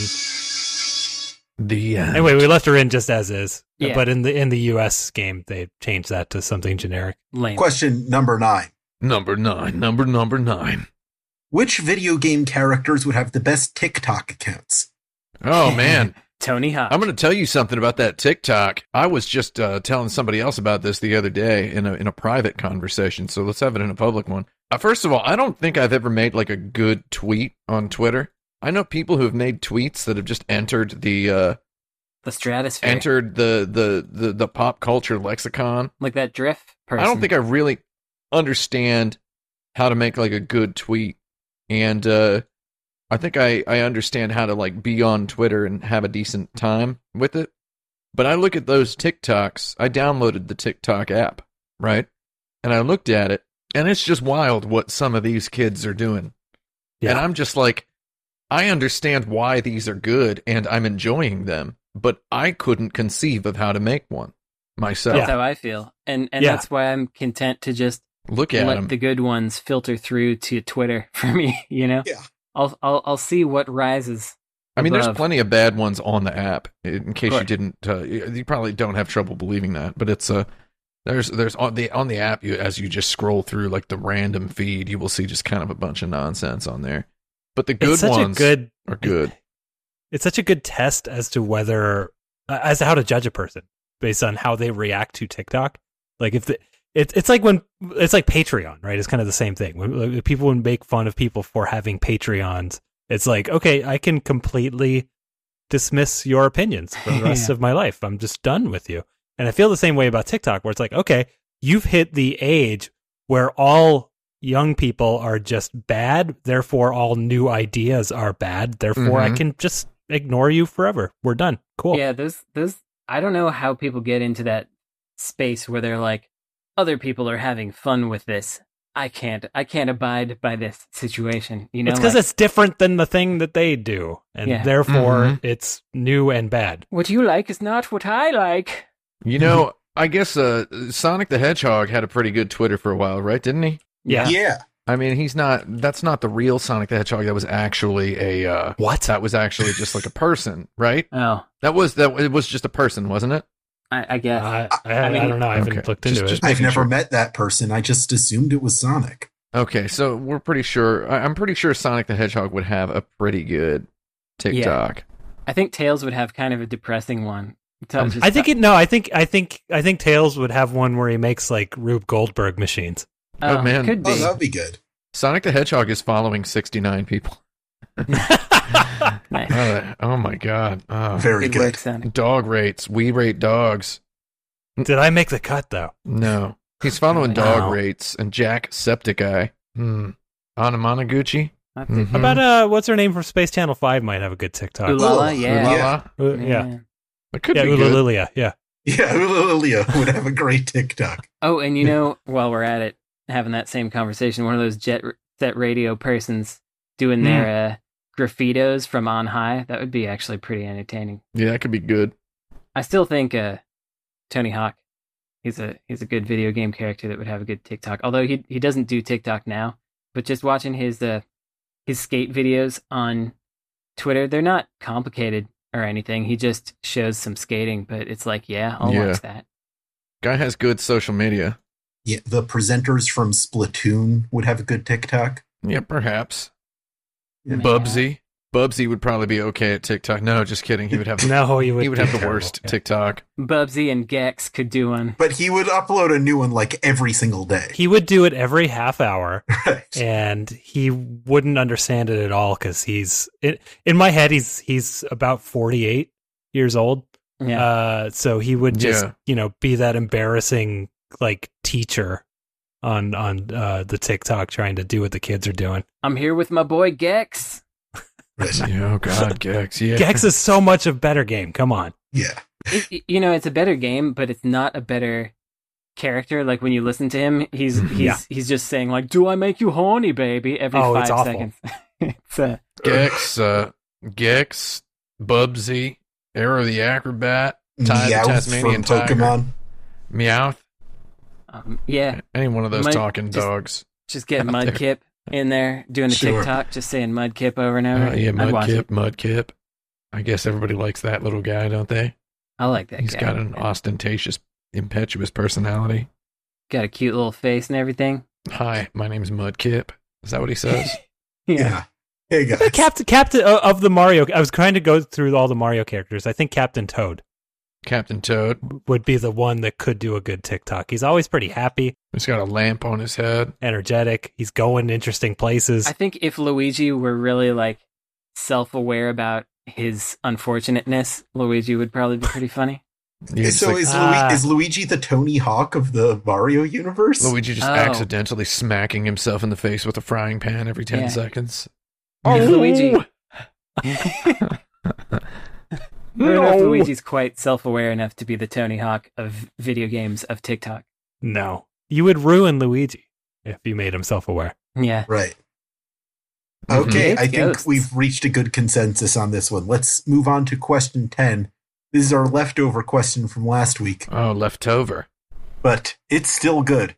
[SPEAKER 5] the uh,
[SPEAKER 4] anyway we left her in just as is
[SPEAKER 1] Yeah.
[SPEAKER 4] but in the in the US game they changed that to something generic
[SPEAKER 1] Lame.
[SPEAKER 3] Question number nine.
[SPEAKER 5] number nine, number number nine.
[SPEAKER 3] Which video game characters would have the best TikTok accounts?
[SPEAKER 5] Oh man,
[SPEAKER 1] Tony Hawk.
[SPEAKER 5] I'm going to tell you something about that TikTok. I was just uh, telling somebody else about this the other day in a in a private conversation. So let's have it in a public one. Uh, first of all, I don't think I've ever made like a good tweet on Twitter. I know people who have made tweets that have just entered the uh,
[SPEAKER 1] the stratosphere.
[SPEAKER 5] entered the, the the the pop culture lexicon.
[SPEAKER 1] like that drift person.
[SPEAKER 5] I don't think I really understand how to make like a good tweet and uh, I think I I understand how to like be on Twitter and have a decent time with it. But I look at those TikToks. I downloaded the TikTok app, right? And I looked at it, and it's just wild what some of these kids are doing.
[SPEAKER 4] Yeah.
[SPEAKER 5] And I'm just like, I understand why these are good, and I'm enjoying them. But I couldn't conceive of how to make one myself.
[SPEAKER 1] That's how I feel, and and
[SPEAKER 4] Yeah.
[SPEAKER 1] that's why I'm content to just
[SPEAKER 5] Look at
[SPEAKER 1] let
[SPEAKER 5] them.
[SPEAKER 1] the good ones filter through to Twitter <laughs> for me. You know,
[SPEAKER 3] Yeah.
[SPEAKER 1] I'll I'll I'll see what rises.
[SPEAKER 5] I mean, there's
[SPEAKER 1] above.
[SPEAKER 5] plenty of bad ones on the app. In case you
[SPEAKER 1] Right.
[SPEAKER 5] didn't, uh, you probably don't have trouble believing that, but it's uh, there's there's on the on the app you as you just scroll through like the random feed, you will see just kind of a bunch of nonsense on there. But the good
[SPEAKER 4] it's such a
[SPEAKER 5] ones
[SPEAKER 4] good
[SPEAKER 5] are
[SPEAKER 4] <laughs>
[SPEAKER 5] good.
[SPEAKER 4] it's such a good test as to whether uh, as to how to judge a person based on how they react to TikTok. Like if the it's it's like when it's like Patreon, right? It's kind of the same thing. When like, people would make fun of people for having Patreons. It's like okay, I can completely dismiss your opinions for the rest of my life. I'm just done with you. And I feel the same way about TikTok, where it's like okay, you've hit the age where all young people are just bad. Therefore, all new ideas are bad. Therefore, I
[SPEAKER 5] Mhm.
[SPEAKER 4] can just ignore you forever. We're done. Cool.
[SPEAKER 1] Yeah, those those I don't know how people get into that space where they're like, other people are having fun with this. I can't I can't abide by this situation. You know,
[SPEAKER 4] it's because
[SPEAKER 1] like,
[SPEAKER 4] it's different than the thing that they do, and
[SPEAKER 1] Yeah.
[SPEAKER 4] therefore
[SPEAKER 5] Mhm.
[SPEAKER 4] it's new and bad.
[SPEAKER 1] what you like is not what I like.
[SPEAKER 5] You know, I guess uh, Sonic the Hedgehog had a pretty good Twitter for a while, right? Didn't he?
[SPEAKER 4] Yeah.
[SPEAKER 3] Yeah.
[SPEAKER 5] I mean, he's not. That's not the real Sonic the Hedgehog. That was actually a. Uh,
[SPEAKER 4] What?
[SPEAKER 5] that was actually
[SPEAKER 4] <laughs>
[SPEAKER 5] just like a person, right?
[SPEAKER 1] Oh,
[SPEAKER 5] That was that. It was just a person, wasn't it?
[SPEAKER 1] I, I guess.
[SPEAKER 4] I, I, I,
[SPEAKER 1] I mean-
[SPEAKER 4] don't know. I haven't
[SPEAKER 5] Okay.
[SPEAKER 4] looked
[SPEAKER 5] Just-
[SPEAKER 4] into it.
[SPEAKER 5] just-
[SPEAKER 3] I've
[SPEAKER 5] Making
[SPEAKER 3] never
[SPEAKER 5] sure.
[SPEAKER 3] met that person. I just assumed it was Sonic.
[SPEAKER 5] Okay, so we're pretty sure. I- I'm pretty sure Sonic the Hedgehog would have a pretty good TikTok.
[SPEAKER 1] I think Tails would have kind of a depressing one. So
[SPEAKER 5] Um,
[SPEAKER 1] just-
[SPEAKER 4] I think it. No, I think I think I think Tails would have one where he makes like Rube Goldberg machines.
[SPEAKER 5] oh, man.
[SPEAKER 1] could be.
[SPEAKER 3] Oh, that would be good.
[SPEAKER 5] Sonic the Hedgehog is following 69 people. <laughs>
[SPEAKER 1] nice.
[SPEAKER 5] Uh, oh my god! Oh.
[SPEAKER 3] Very
[SPEAKER 1] Good
[SPEAKER 3] good.
[SPEAKER 1] work, Sonic.
[SPEAKER 5] Dog rates. We rate dogs. Mm.
[SPEAKER 4] Did I make the cut though?
[SPEAKER 5] No, he's following dog
[SPEAKER 4] Wow.
[SPEAKER 5] rates and Jack Septiceye. Hmm. Anamanaguchi.
[SPEAKER 1] I have to-
[SPEAKER 5] Mhm.
[SPEAKER 4] How About uh, what's her name from Space Channel Five might have a good TikTok.
[SPEAKER 1] Ooh la la, yeah.
[SPEAKER 5] Ooh la
[SPEAKER 3] Yeah.
[SPEAKER 5] la.
[SPEAKER 4] Uh, yeah,
[SPEAKER 1] Man.
[SPEAKER 5] It could
[SPEAKER 4] yeah,
[SPEAKER 5] be good.
[SPEAKER 4] Ululalia, yeah.
[SPEAKER 3] <laughs> Yeah, Leah would have a great TikTok.
[SPEAKER 1] Oh, and you know, <laughs> while we're at it, having that same conversation, one of those jet r- set radio persons doing their uh, graffitos from on high, that would be actually pretty entertaining.
[SPEAKER 5] Yeah, that could be good.
[SPEAKER 1] I still think uh, Tony Hawk, he's a he's a good video game character that would have a good TikTok. Although he he doesn't do TikTok now, but just watching his uh, his skate videos on Twitter, they're not complicated or anything. He just shows some skating, but it's like, yeah, I'll
[SPEAKER 5] Yeah.
[SPEAKER 1] watch that.
[SPEAKER 5] Guy has good social media.
[SPEAKER 3] Yeah, the presenters from Splatoon would have a good TikTok.
[SPEAKER 5] Yeah, perhaps.
[SPEAKER 3] Yeah.
[SPEAKER 5] Bubsy. Bubsy would probably be okay at TikTok. No, just kidding. He would
[SPEAKER 4] <laughs>
[SPEAKER 5] have
[SPEAKER 4] No, he would.
[SPEAKER 5] he would
[SPEAKER 4] be
[SPEAKER 5] have the
[SPEAKER 4] terrible.
[SPEAKER 5] worst
[SPEAKER 4] Yeah.
[SPEAKER 5] TikTok.
[SPEAKER 1] Bubsy and Gex could do one.
[SPEAKER 3] But he would upload a new one like every single day.
[SPEAKER 4] He would do it every half hour,
[SPEAKER 3] <laughs> Right.
[SPEAKER 4] and he wouldn't understand it at all because he's in in my head. He's he's about forty eight years old,
[SPEAKER 1] Yeah.
[SPEAKER 4] uh, so he would just
[SPEAKER 5] Yeah.
[SPEAKER 4] you know be that embarrassing like teacher on on uh, the TikTok trying to do what the kids are doing.
[SPEAKER 1] I'm here with my boy Gex.
[SPEAKER 3] Right.
[SPEAKER 5] Yeah,
[SPEAKER 1] <laughs>
[SPEAKER 5] oh god, Gex. Yeah.
[SPEAKER 4] Gex is so much a better game. Come on.
[SPEAKER 3] Yeah.
[SPEAKER 1] It- you know, it's a better game, but it's not a better character. Like when you listen to him, he's
[SPEAKER 5] Mhm.
[SPEAKER 1] he's he's just saying like, "Do I make you horny, baby?" Every
[SPEAKER 4] Oh,
[SPEAKER 1] five
[SPEAKER 4] it's awful.
[SPEAKER 1] seconds. <laughs> it's uh,
[SPEAKER 5] Gex, uh Gex, Bubsy, Arrow the Acrobat, Ty the
[SPEAKER 3] Meowth
[SPEAKER 5] Tasmanian
[SPEAKER 3] from
[SPEAKER 5] Tiger.
[SPEAKER 3] Pokemon.
[SPEAKER 5] Meowth.
[SPEAKER 1] um, yeah,
[SPEAKER 5] Any one of those
[SPEAKER 1] Might
[SPEAKER 5] talking
[SPEAKER 1] just-
[SPEAKER 5] dogs.
[SPEAKER 1] just get
[SPEAKER 5] Out there.
[SPEAKER 1] Mudkip in there doing a
[SPEAKER 3] Sure.
[SPEAKER 1] TikTok, just saying Mudkip over and
[SPEAKER 5] Oh
[SPEAKER 1] over.
[SPEAKER 5] yeah,
[SPEAKER 1] I'd watch
[SPEAKER 5] Mudkip,
[SPEAKER 1] it.
[SPEAKER 5] Mudkip. I guess everybody likes that little guy, don't they?
[SPEAKER 1] I like that.
[SPEAKER 5] He's
[SPEAKER 1] guy.
[SPEAKER 5] got an ostentatious, impetuous personality.
[SPEAKER 1] got a cute little face and everything. <laughs>
[SPEAKER 5] Hi, my name's Mudkip. Is that what he says?
[SPEAKER 1] Yeah.
[SPEAKER 3] Yeah. Hey guys.
[SPEAKER 4] Captain Captain uh, of the Mario. I was trying to go through all the Mario characters. I think Captain Toad
[SPEAKER 5] Captain Toad.
[SPEAKER 4] would be the one that could do a good TikTok. He's always pretty happy,
[SPEAKER 5] He's got a lamp on his head.
[SPEAKER 4] energetic. He's going interesting places.
[SPEAKER 1] I think if Luigi were really like self-aware about his unfortunateness, Luigi would probably be pretty funny.
[SPEAKER 5] Yeah, it's
[SPEAKER 3] so
[SPEAKER 5] like,
[SPEAKER 3] is,
[SPEAKER 4] Ah.
[SPEAKER 3] Lu- is Luigi the Tony Hawk of the Mario universe?
[SPEAKER 5] Luigi just
[SPEAKER 1] Oh.
[SPEAKER 5] accidentally smacking himself in the face with a frying pan every 10
[SPEAKER 1] Yeah.
[SPEAKER 5] seconds.
[SPEAKER 1] Is Oh, Luigi- I don't know if
[SPEAKER 5] No.
[SPEAKER 1] Luigi's quite self-aware enough to be the Tony Hawk of video games of TikTok.
[SPEAKER 4] No. You would ruin Luigi if you made him self aware.
[SPEAKER 1] Yeah.
[SPEAKER 3] Right.
[SPEAKER 5] Mhm.
[SPEAKER 3] Okay,
[SPEAKER 1] It's
[SPEAKER 3] I think
[SPEAKER 1] ghosts.
[SPEAKER 3] we've reached a good consensus on this one. Let's move on to question 10. This is our leftover question from last week,
[SPEAKER 5] Oh, leftover.
[SPEAKER 3] but it's still good.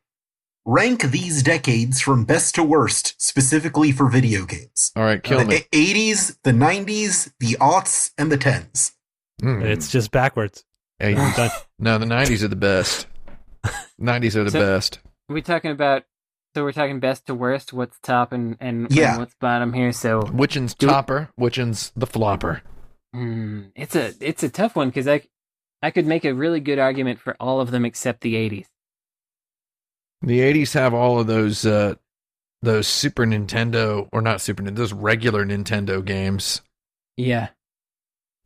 [SPEAKER 3] Rank these decades from best to worst, specifically for video games.
[SPEAKER 5] All right, kill me.
[SPEAKER 3] The 80s, the 90s, the aughts, and the 10s.
[SPEAKER 5] Mm.
[SPEAKER 4] It's just backwards.
[SPEAKER 5] Eight.
[SPEAKER 4] I'm done.
[SPEAKER 5] <sighs> No, the 90s are the best. 90s are the
[SPEAKER 1] So-
[SPEAKER 5] best.
[SPEAKER 1] Are we talking about so we're talking best to worst, what's top and and, and
[SPEAKER 3] Yeah.
[SPEAKER 1] what's bottom here, so
[SPEAKER 5] Which one's
[SPEAKER 1] Do-
[SPEAKER 5] topper? Which one's the flopper?
[SPEAKER 1] mm, it's a it's a tough one cuz I c- I could make a really good argument for all of them except the 80s.
[SPEAKER 5] The 80s have all of those uh those Super Nintendo or not Super Nintendo, those regular Nintendo games
[SPEAKER 1] Yeah.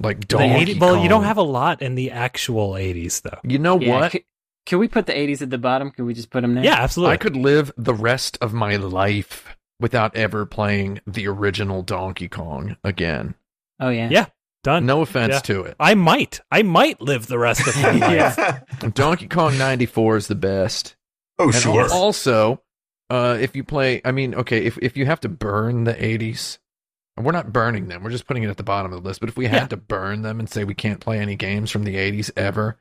[SPEAKER 5] like
[SPEAKER 4] The
[SPEAKER 5] Donkey
[SPEAKER 4] 80 well, you don't
[SPEAKER 5] Kong.
[SPEAKER 4] have a lot in the actual 80s, though.
[SPEAKER 5] You know
[SPEAKER 1] yeah.
[SPEAKER 5] Oh, what?
[SPEAKER 1] c- can we put the 80s at the bottom? Can we just put them there?
[SPEAKER 4] Yeah, absolutely.
[SPEAKER 5] I could live the rest of my life without ever playing the original Donkey Kong again.
[SPEAKER 1] Oh yeah.
[SPEAKER 4] Yeah. Done.
[SPEAKER 5] No offense
[SPEAKER 4] Yeah.
[SPEAKER 5] to it.
[SPEAKER 4] I might. I might live the rest of
[SPEAKER 5] <laughs>
[SPEAKER 4] my life.
[SPEAKER 5] Donkey Kong 94 is the best.
[SPEAKER 3] oh,
[SPEAKER 5] And al-
[SPEAKER 3] sure. <laughs>
[SPEAKER 5] also, uh, if you play, I mean, okay, if, if you have to burn the 80s, and we're not burning them, we're just putting it at the bottom of the list. But if we had
[SPEAKER 4] Yeah.
[SPEAKER 5] to burn them and say we can't play any games from the 80s ever,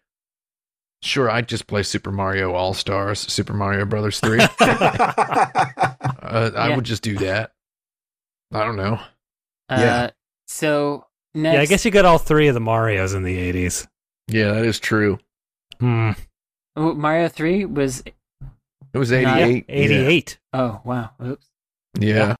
[SPEAKER 5] sure, I'd just play Super Mario All Stars, Super Mario Brothers 3. Uh, I
[SPEAKER 1] Yeah.
[SPEAKER 5] would just do that. I don't know.
[SPEAKER 1] Uh,
[SPEAKER 3] Yeah.
[SPEAKER 1] so next
[SPEAKER 4] Yeah, I guess you got all three of the Marios in the 80s.
[SPEAKER 5] Yeah, that is true.
[SPEAKER 4] Hmm.
[SPEAKER 1] Oh, Mario 3 was
[SPEAKER 5] It was
[SPEAKER 1] Yeah,
[SPEAKER 5] 88.
[SPEAKER 4] 88.
[SPEAKER 1] oh wow. Oops.
[SPEAKER 5] Yeah.
[SPEAKER 4] Yeah.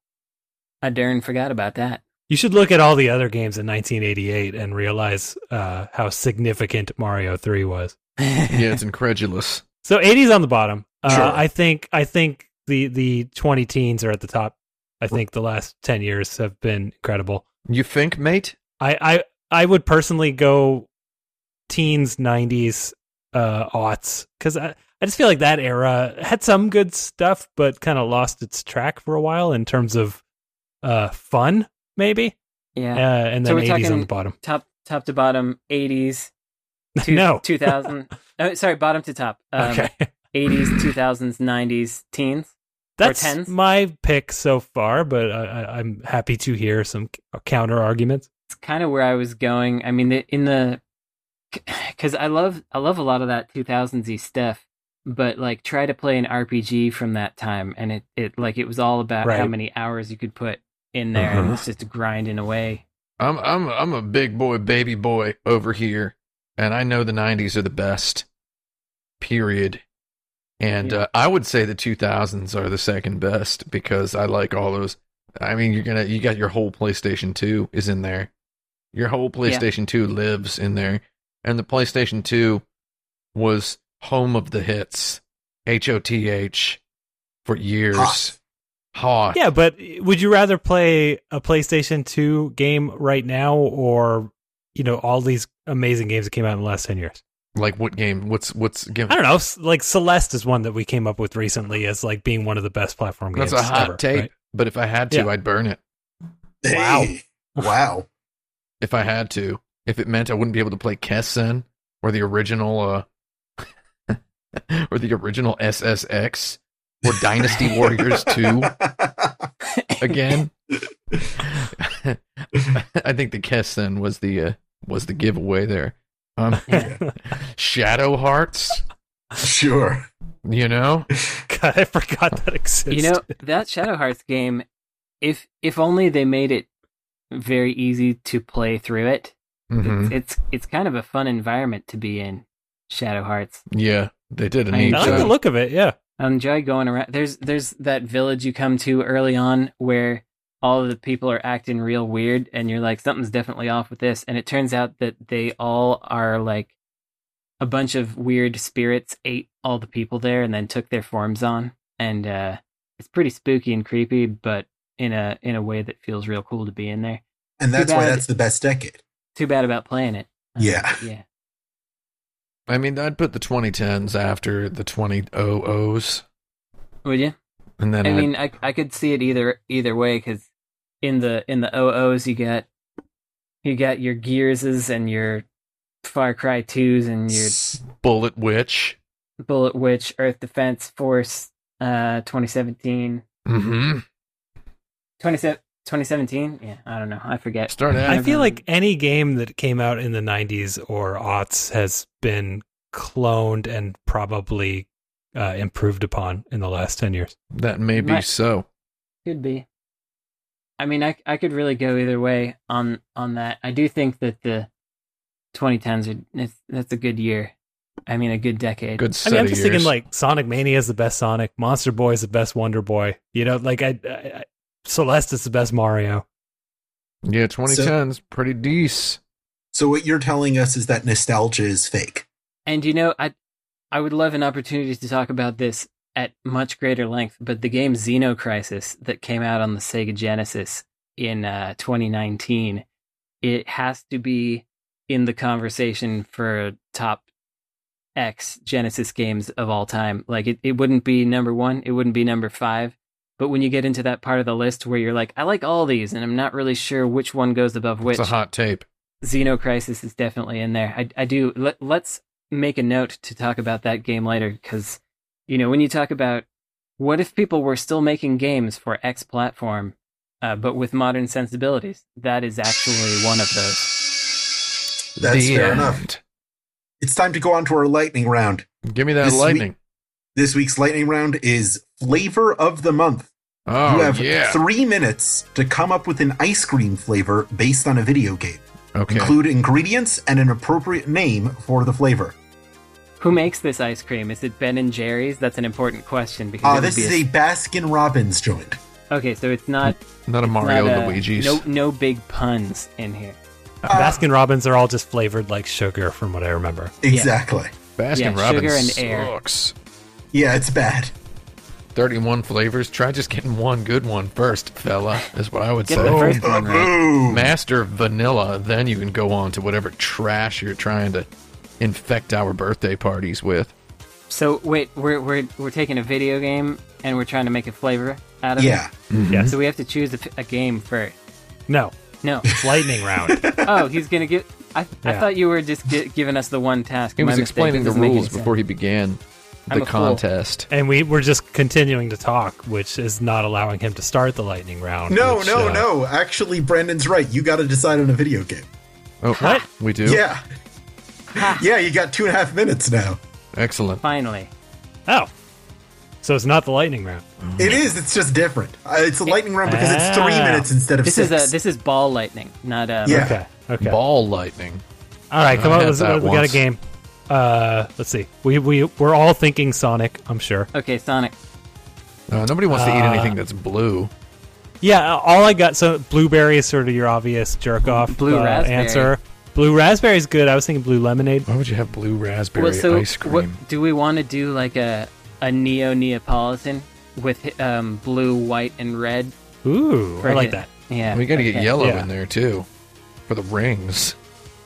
[SPEAKER 1] I darn forgot about that.
[SPEAKER 4] You should look at all the other games in 1988 and realize uh, how significant Mario 3 was.
[SPEAKER 1] <laughs>
[SPEAKER 5] Yeah. it's incredulous.
[SPEAKER 4] So 80s on the bottom. Uh,
[SPEAKER 3] Sure.
[SPEAKER 4] I think I think the the 20 teens are at the top. I think the last 10 years have been incredible.
[SPEAKER 5] You think, mate?
[SPEAKER 4] I I, I would personally go teens 90s uh aughts cuz I I just feel like that era had some good stuff but kind of lost its track for a while in terms of uh fun maybe.
[SPEAKER 1] Yeah.
[SPEAKER 4] Uh, and
[SPEAKER 1] So
[SPEAKER 4] then
[SPEAKER 1] we're
[SPEAKER 4] 80s on
[SPEAKER 1] talking-
[SPEAKER 4] the bottom.
[SPEAKER 1] top top to bottom 80s two,
[SPEAKER 4] No. <laughs>
[SPEAKER 1] 2000 oh, sorry bottom to top um,
[SPEAKER 4] okay. <laughs>
[SPEAKER 1] 80s 2000s 90s teens
[SPEAKER 4] That's
[SPEAKER 1] 10s?
[SPEAKER 4] my pick so far, but I, I, I'm happy to hear some c- counter arguments.
[SPEAKER 1] it's kind of where i was going i mean the, in the <sighs> because i love i love a lot of that 2000s stuff but like try to play an rpg from that time and it, it like it was all about how
[SPEAKER 4] Right. Uh-huh.
[SPEAKER 1] many hours you could put in there and it's just grinding away
[SPEAKER 5] I'm I'm I'm a big boy, baby boy over here, and I know the '90s are the best. Period. And
[SPEAKER 1] Yeah.
[SPEAKER 5] uh, I would say the 2000s are the second best because I like all those. I mean, you're gonna you got your whole PlayStation 2 is in there. Your whole PlayStation 2 lives in there, and the PlayStation 2 was home of the hits, H O T H, for years.
[SPEAKER 3] Hot.
[SPEAKER 5] Hot.
[SPEAKER 4] Yeah, but would you rather play a PlayStation 2 game right now or, you know, all these amazing games that came out in the last 10 years?
[SPEAKER 5] Like what game? What's what's give?
[SPEAKER 4] I don't know. s- Like Celeste is one that we came up with recently as like being one of the best platform games.
[SPEAKER 5] That's a hot
[SPEAKER 4] ever,
[SPEAKER 5] tape.
[SPEAKER 4] right?
[SPEAKER 5] But if I had to,
[SPEAKER 4] Yeah.
[SPEAKER 5] I'd burn it.
[SPEAKER 3] Hey, wow.
[SPEAKER 5] If I had to, if it meant I wouldn't be able to play Kessen or the original, uh, <laughs> or the original SSX or
[SPEAKER 4] <laughs>
[SPEAKER 5] Dynasty Warriors Two again. I think the Kessen was the uh, was the giveaway there. Um, Shadow Hearts,
[SPEAKER 3] <laughs> sure.
[SPEAKER 5] you know,
[SPEAKER 4] <laughs> God, I forgot that existed.
[SPEAKER 1] you know that shadow hearts game if if only they made it very easy to play through it It's,
[SPEAKER 5] Mhm.
[SPEAKER 1] it's it's kind of a fun environment to be in. Shadow Hearts.
[SPEAKER 5] yeah, they did a
[SPEAKER 1] I
[SPEAKER 5] neat
[SPEAKER 4] I like the
[SPEAKER 5] job.
[SPEAKER 4] look of it. Yeah.
[SPEAKER 1] I enjoy Um, going around. There's there's that village you come to early on where all of the people are acting real weird, and you're like, something's definitely off with this. And it turns out that they all are like a bunch of weird spirits ate all the people there and then took their forms on. And uh, it's pretty spooky and creepy, but in a in a way that feels real cool to be in there.
[SPEAKER 3] And that's
[SPEAKER 1] Too
[SPEAKER 3] why
[SPEAKER 1] bad.
[SPEAKER 3] that's the best decade.
[SPEAKER 1] Um, Too bad about playing it. Uh,
[SPEAKER 3] Yeah.
[SPEAKER 1] Yeah.
[SPEAKER 5] I mean, I'd put the 2010s after the 2000s,
[SPEAKER 1] Would you?
[SPEAKER 5] and then
[SPEAKER 1] I
[SPEAKER 5] I'd-
[SPEAKER 1] mean, I I could see it either either way because in the in the OOs you got you got your Gearses and your Far Cry twos and your
[SPEAKER 5] Bullet Witch.
[SPEAKER 1] Bullet Witch Earth Defense Force uh 2017
[SPEAKER 5] Mm-hmm.
[SPEAKER 1] 27 2017 yeah I don't know I forget
[SPEAKER 5] Start at
[SPEAKER 4] I feel like any game that came out in the 90s or aughts has been cloned and probably uh, improved upon in the last 10 years.
[SPEAKER 5] that. May be
[SPEAKER 1] Right.
[SPEAKER 5] so.
[SPEAKER 1] Could be. I mean, I I could really go either way on on that. I do think that the 2010s are that's, that's a good year. I mean, a good decade.
[SPEAKER 4] I
[SPEAKER 5] Good set
[SPEAKER 4] mean, I'm
[SPEAKER 5] of
[SPEAKER 4] just
[SPEAKER 5] years.
[SPEAKER 4] thinking like Sonic Mania is the best Sonic, Monster Boy is the best Wonder Boy. You know, like I, I, I Celeste is the best Mario.
[SPEAKER 5] yeah, 2010s pretty decent.
[SPEAKER 3] So what you're telling us is that nostalgia is fake.
[SPEAKER 1] And you know, I I would love an opportunity to talk about this at much greater length. But the game Xenocrisis that came out on the Sega Genesis in uh, 2019, it has to be in the conversation for top X Genesis games of all time. Like it, it wouldn't be number one, it wouldn't be number five. But when you get into that part of the list where you're like, I like all these, and I'm not really sure which one goes above which,
[SPEAKER 5] It's a hot tape.
[SPEAKER 1] Xenocrisis is definitely in there. I, I do. Let, let's make a note to talk about that game later because, you know, when you talk about what if people were still making games for X platform, uh, but with modern sensibilities, that is actually one of those.
[SPEAKER 3] That's
[SPEAKER 5] The
[SPEAKER 3] fair enough.
[SPEAKER 5] end.
[SPEAKER 3] It's time to go on to our lightning round.
[SPEAKER 5] Give me that
[SPEAKER 3] This
[SPEAKER 5] lightning.
[SPEAKER 3] This week's lightning round is flavor of the month.
[SPEAKER 5] Oh
[SPEAKER 3] you have
[SPEAKER 5] yeah.
[SPEAKER 3] three minutes to come up with an ice cream flavor based on a video game.
[SPEAKER 5] okay.
[SPEAKER 3] Include ingredients and an appropriate name for the flavor.
[SPEAKER 1] Who makes this ice cream? Is it Ben and Jerry's? That's an important question because it
[SPEAKER 3] Uh,
[SPEAKER 1] would
[SPEAKER 3] this
[SPEAKER 1] be
[SPEAKER 3] is a Baskin Robbins joint.
[SPEAKER 1] a- okay. So it's not
[SPEAKER 5] Not a Mario
[SPEAKER 1] not a-
[SPEAKER 5] Luigi's.
[SPEAKER 1] No, no big puns in here.
[SPEAKER 3] Uh.
[SPEAKER 4] Baskin Robbins are all just flavored like sugar, from what I remember.
[SPEAKER 3] Exactly.
[SPEAKER 5] Baskin
[SPEAKER 1] Yeah,
[SPEAKER 5] Robbins
[SPEAKER 1] sugar and air.
[SPEAKER 5] sucks.
[SPEAKER 3] Yeah, it's bad.
[SPEAKER 5] 31 flavors. Try just getting one good one first, fella. Is what I would
[SPEAKER 1] Get
[SPEAKER 5] say.
[SPEAKER 1] the first one right.
[SPEAKER 3] Boom.
[SPEAKER 5] Master vanilla, then you can go on to whatever trash you're trying to infect our birthday parties with.
[SPEAKER 1] So wait, we're we're we're taking a video game and we're trying to make a flavor out of it.
[SPEAKER 3] Yeah.
[SPEAKER 4] Yes.
[SPEAKER 1] So we have to choose a, f- a game first.
[SPEAKER 4] No,
[SPEAKER 1] No.
[SPEAKER 4] it's lightning round.
[SPEAKER 3] <laughs>
[SPEAKER 5] <laughs>
[SPEAKER 1] Oh, he's gonna get. I, I
[SPEAKER 4] Yeah.
[SPEAKER 1] thought you were just gi- giving us the one task.
[SPEAKER 5] He
[SPEAKER 1] My
[SPEAKER 5] was
[SPEAKER 1] mistake.
[SPEAKER 5] explaining
[SPEAKER 1] This
[SPEAKER 5] the
[SPEAKER 1] doesn't make
[SPEAKER 5] rules
[SPEAKER 1] any sense.
[SPEAKER 5] before he began
[SPEAKER 1] I'm
[SPEAKER 5] the
[SPEAKER 1] a fool.
[SPEAKER 5] contest.
[SPEAKER 4] and we were just continuing to talk, which is not allowing him to start the lightning round.
[SPEAKER 3] No,
[SPEAKER 4] which,
[SPEAKER 3] no,
[SPEAKER 4] uh,
[SPEAKER 3] no. Actually, Brandon's right. You got to decide on a video game.
[SPEAKER 5] Oh,
[SPEAKER 4] What?
[SPEAKER 5] We do?
[SPEAKER 3] Yeah. yeah, you got two and a half minutes now.
[SPEAKER 5] Excellent.
[SPEAKER 1] Finally,
[SPEAKER 4] Oh, so it's not the lightning round.
[SPEAKER 3] It is. It's just different. Uh, it's a lightning round because it's three
[SPEAKER 4] Ah.
[SPEAKER 3] minutes instead of
[SPEAKER 1] this
[SPEAKER 3] six.
[SPEAKER 1] is a this is ball lightning, not um.
[SPEAKER 3] Yeah.
[SPEAKER 4] Okay, okay.
[SPEAKER 5] Ball lightning.
[SPEAKER 4] All right, come
[SPEAKER 5] I
[SPEAKER 4] on.
[SPEAKER 5] had
[SPEAKER 4] Let's,
[SPEAKER 5] that
[SPEAKER 4] we got a
[SPEAKER 5] once.
[SPEAKER 4] game. Uh, let's see. We we we're all thinking Sonic. I'm sure.
[SPEAKER 1] Okay, Sonic.
[SPEAKER 5] Uh, nobody wants to eat
[SPEAKER 4] Uh,
[SPEAKER 5] anything that's blue.
[SPEAKER 4] Yeah. uh, All I got. So blueberry is sort of your obvious jerk off
[SPEAKER 1] Blue
[SPEAKER 4] uh,
[SPEAKER 1] raspberry.
[SPEAKER 4] answer. Blue raspberry's good. I was thinking blue lemonade.
[SPEAKER 5] Why would you have blue raspberry
[SPEAKER 1] Well, so
[SPEAKER 5] ice cream?
[SPEAKER 1] what do we want to do? Like a a neo Neapolitan with um blue, white, and red.
[SPEAKER 4] Ooh, I
[SPEAKER 1] for hit-
[SPEAKER 4] like that.
[SPEAKER 1] Yeah,
[SPEAKER 5] we got to get
[SPEAKER 1] okay.
[SPEAKER 5] yellow
[SPEAKER 4] Yeah.
[SPEAKER 5] in there too for the rings.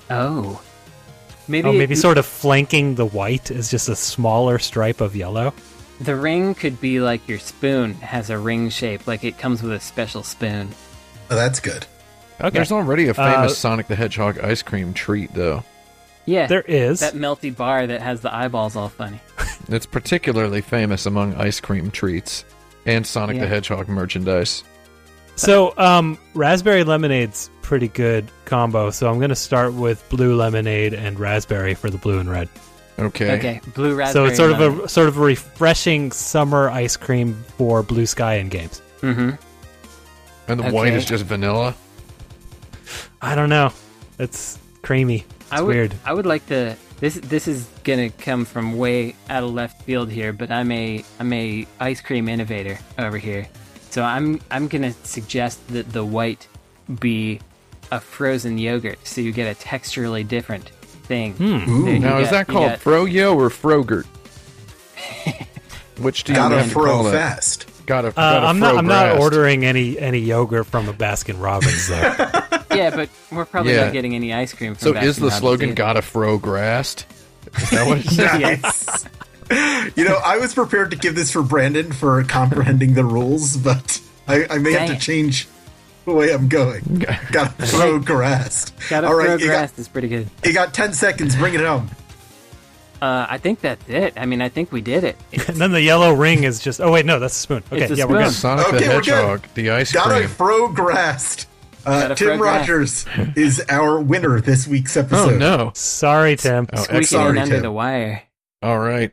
[SPEAKER 1] Oh, maybe
[SPEAKER 4] Oh, maybe sort of flanking the white is just a smaller stripe of yellow.
[SPEAKER 1] the ring could be like your spoon has a ring shape, like it comes with a special spoon.
[SPEAKER 3] oh, that's good.
[SPEAKER 4] Okay.
[SPEAKER 5] There's already a
[SPEAKER 4] Uh,
[SPEAKER 5] famous Sonic the Hedgehog ice cream treat though.
[SPEAKER 1] Yeah,
[SPEAKER 4] There is.
[SPEAKER 1] that melty bar that has the eyeballs all funny.
[SPEAKER 5] It's particularly famous among ice cream treats and Sonic
[SPEAKER 1] Yeah.
[SPEAKER 5] the Hedgehog merchandise.
[SPEAKER 4] So, um, raspberry lemonade's pretty good combo. So I'm gonna start with blue lemonade and raspberry for the blue and red.
[SPEAKER 5] Okay.
[SPEAKER 1] Okay, blue
[SPEAKER 4] so
[SPEAKER 1] raspberry.
[SPEAKER 4] it's sort of a sort of a refreshing summer ice cream for blue sky and games.
[SPEAKER 1] hmm
[SPEAKER 5] And the white
[SPEAKER 1] Okay.
[SPEAKER 5] is just vanilla.
[SPEAKER 4] I don't know. It's creamy. It's
[SPEAKER 1] I would,
[SPEAKER 4] weird.
[SPEAKER 1] I would like to. This this is gonna come from way out of left field here, but I'm a I'm a ice cream innovator over here, so I'm I'm gonna suggest that the white be a frozen yogurt, so you get a texturally different thing.
[SPEAKER 3] Ooh.
[SPEAKER 1] There you
[SPEAKER 5] Hmm. Now is
[SPEAKER 1] got-
[SPEAKER 5] that
[SPEAKER 1] you
[SPEAKER 5] called
[SPEAKER 1] got-
[SPEAKER 5] Froyo
[SPEAKER 4] <laughs>
[SPEAKER 5] or Frogurt? Which do you
[SPEAKER 3] Gotta
[SPEAKER 5] want to
[SPEAKER 3] throw
[SPEAKER 5] call it?
[SPEAKER 3] fast.
[SPEAKER 5] Gotta,
[SPEAKER 4] Uh,
[SPEAKER 5] gotta
[SPEAKER 4] I'm not.
[SPEAKER 5] fro
[SPEAKER 4] I'm not
[SPEAKER 5] grassed.
[SPEAKER 4] ordering any any yogurt from a Baskin Robbins
[SPEAKER 5] <laughs>
[SPEAKER 4] though. <laughs>
[SPEAKER 1] yeah, but we're probably
[SPEAKER 5] Yeah.
[SPEAKER 1] not getting any ice cream. From
[SPEAKER 5] So is
[SPEAKER 1] Baskin
[SPEAKER 5] the
[SPEAKER 1] Robbins
[SPEAKER 5] slogan
[SPEAKER 1] either.
[SPEAKER 5] "Gotta fro grassed"? Is that what it
[SPEAKER 1] <laughs>
[SPEAKER 5] is?
[SPEAKER 1] yes.
[SPEAKER 3] <laughs> You know, I was prepared to give this for Brandon for comprehending the rules, but I, I may have
[SPEAKER 1] Dang
[SPEAKER 3] to
[SPEAKER 1] it.
[SPEAKER 3] change the way I'm going.
[SPEAKER 1] <laughs>
[SPEAKER 3] Got to throw grass.
[SPEAKER 1] Gotta
[SPEAKER 3] All
[SPEAKER 1] throw
[SPEAKER 3] right, you got,
[SPEAKER 1] grass is pretty good.
[SPEAKER 3] you got 10 seconds. Bring it home.
[SPEAKER 1] Uh, I think that's it. I mean, I think we did it.
[SPEAKER 4] And then the yellow ring is just. Oh wait, no, that's a spoon. Okay,
[SPEAKER 1] It's a
[SPEAKER 4] yeah, we're good.
[SPEAKER 1] spoon.
[SPEAKER 3] <laughs>
[SPEAKER 5] Sonic
[SPEAKER 3] Okay,
[SPEAKER 5] the
[SPEAKER 3] we're good.
[SPEAKER 5] Hedgehog, the ice
[SPEAKER 3] Gotta
[SPEAKER 5] cream.
[SPEAKER 3] throw grass. Uh,
[SPEAKER 1] Gotta throw
[SPEAKER 3] Tim
[SPEAKER 1] grass.
[SPEAKER 3] Rogers is our winner this week's
[SPEAKER 5] Oh
[SPEAKER 3] episode.
[SPEAKER 5] no!
[SPEAKER 4] Sorry, Tim.
[SPEAKER 5] Oh,
[SPEAKER 1] Squeaking
[SPEAKER 3] sorry,
[SPEAKER 1] in under
[SPEAKER 3] Tim.
[SPEAKER 1] the wire.
[SPEAKER 5] All right,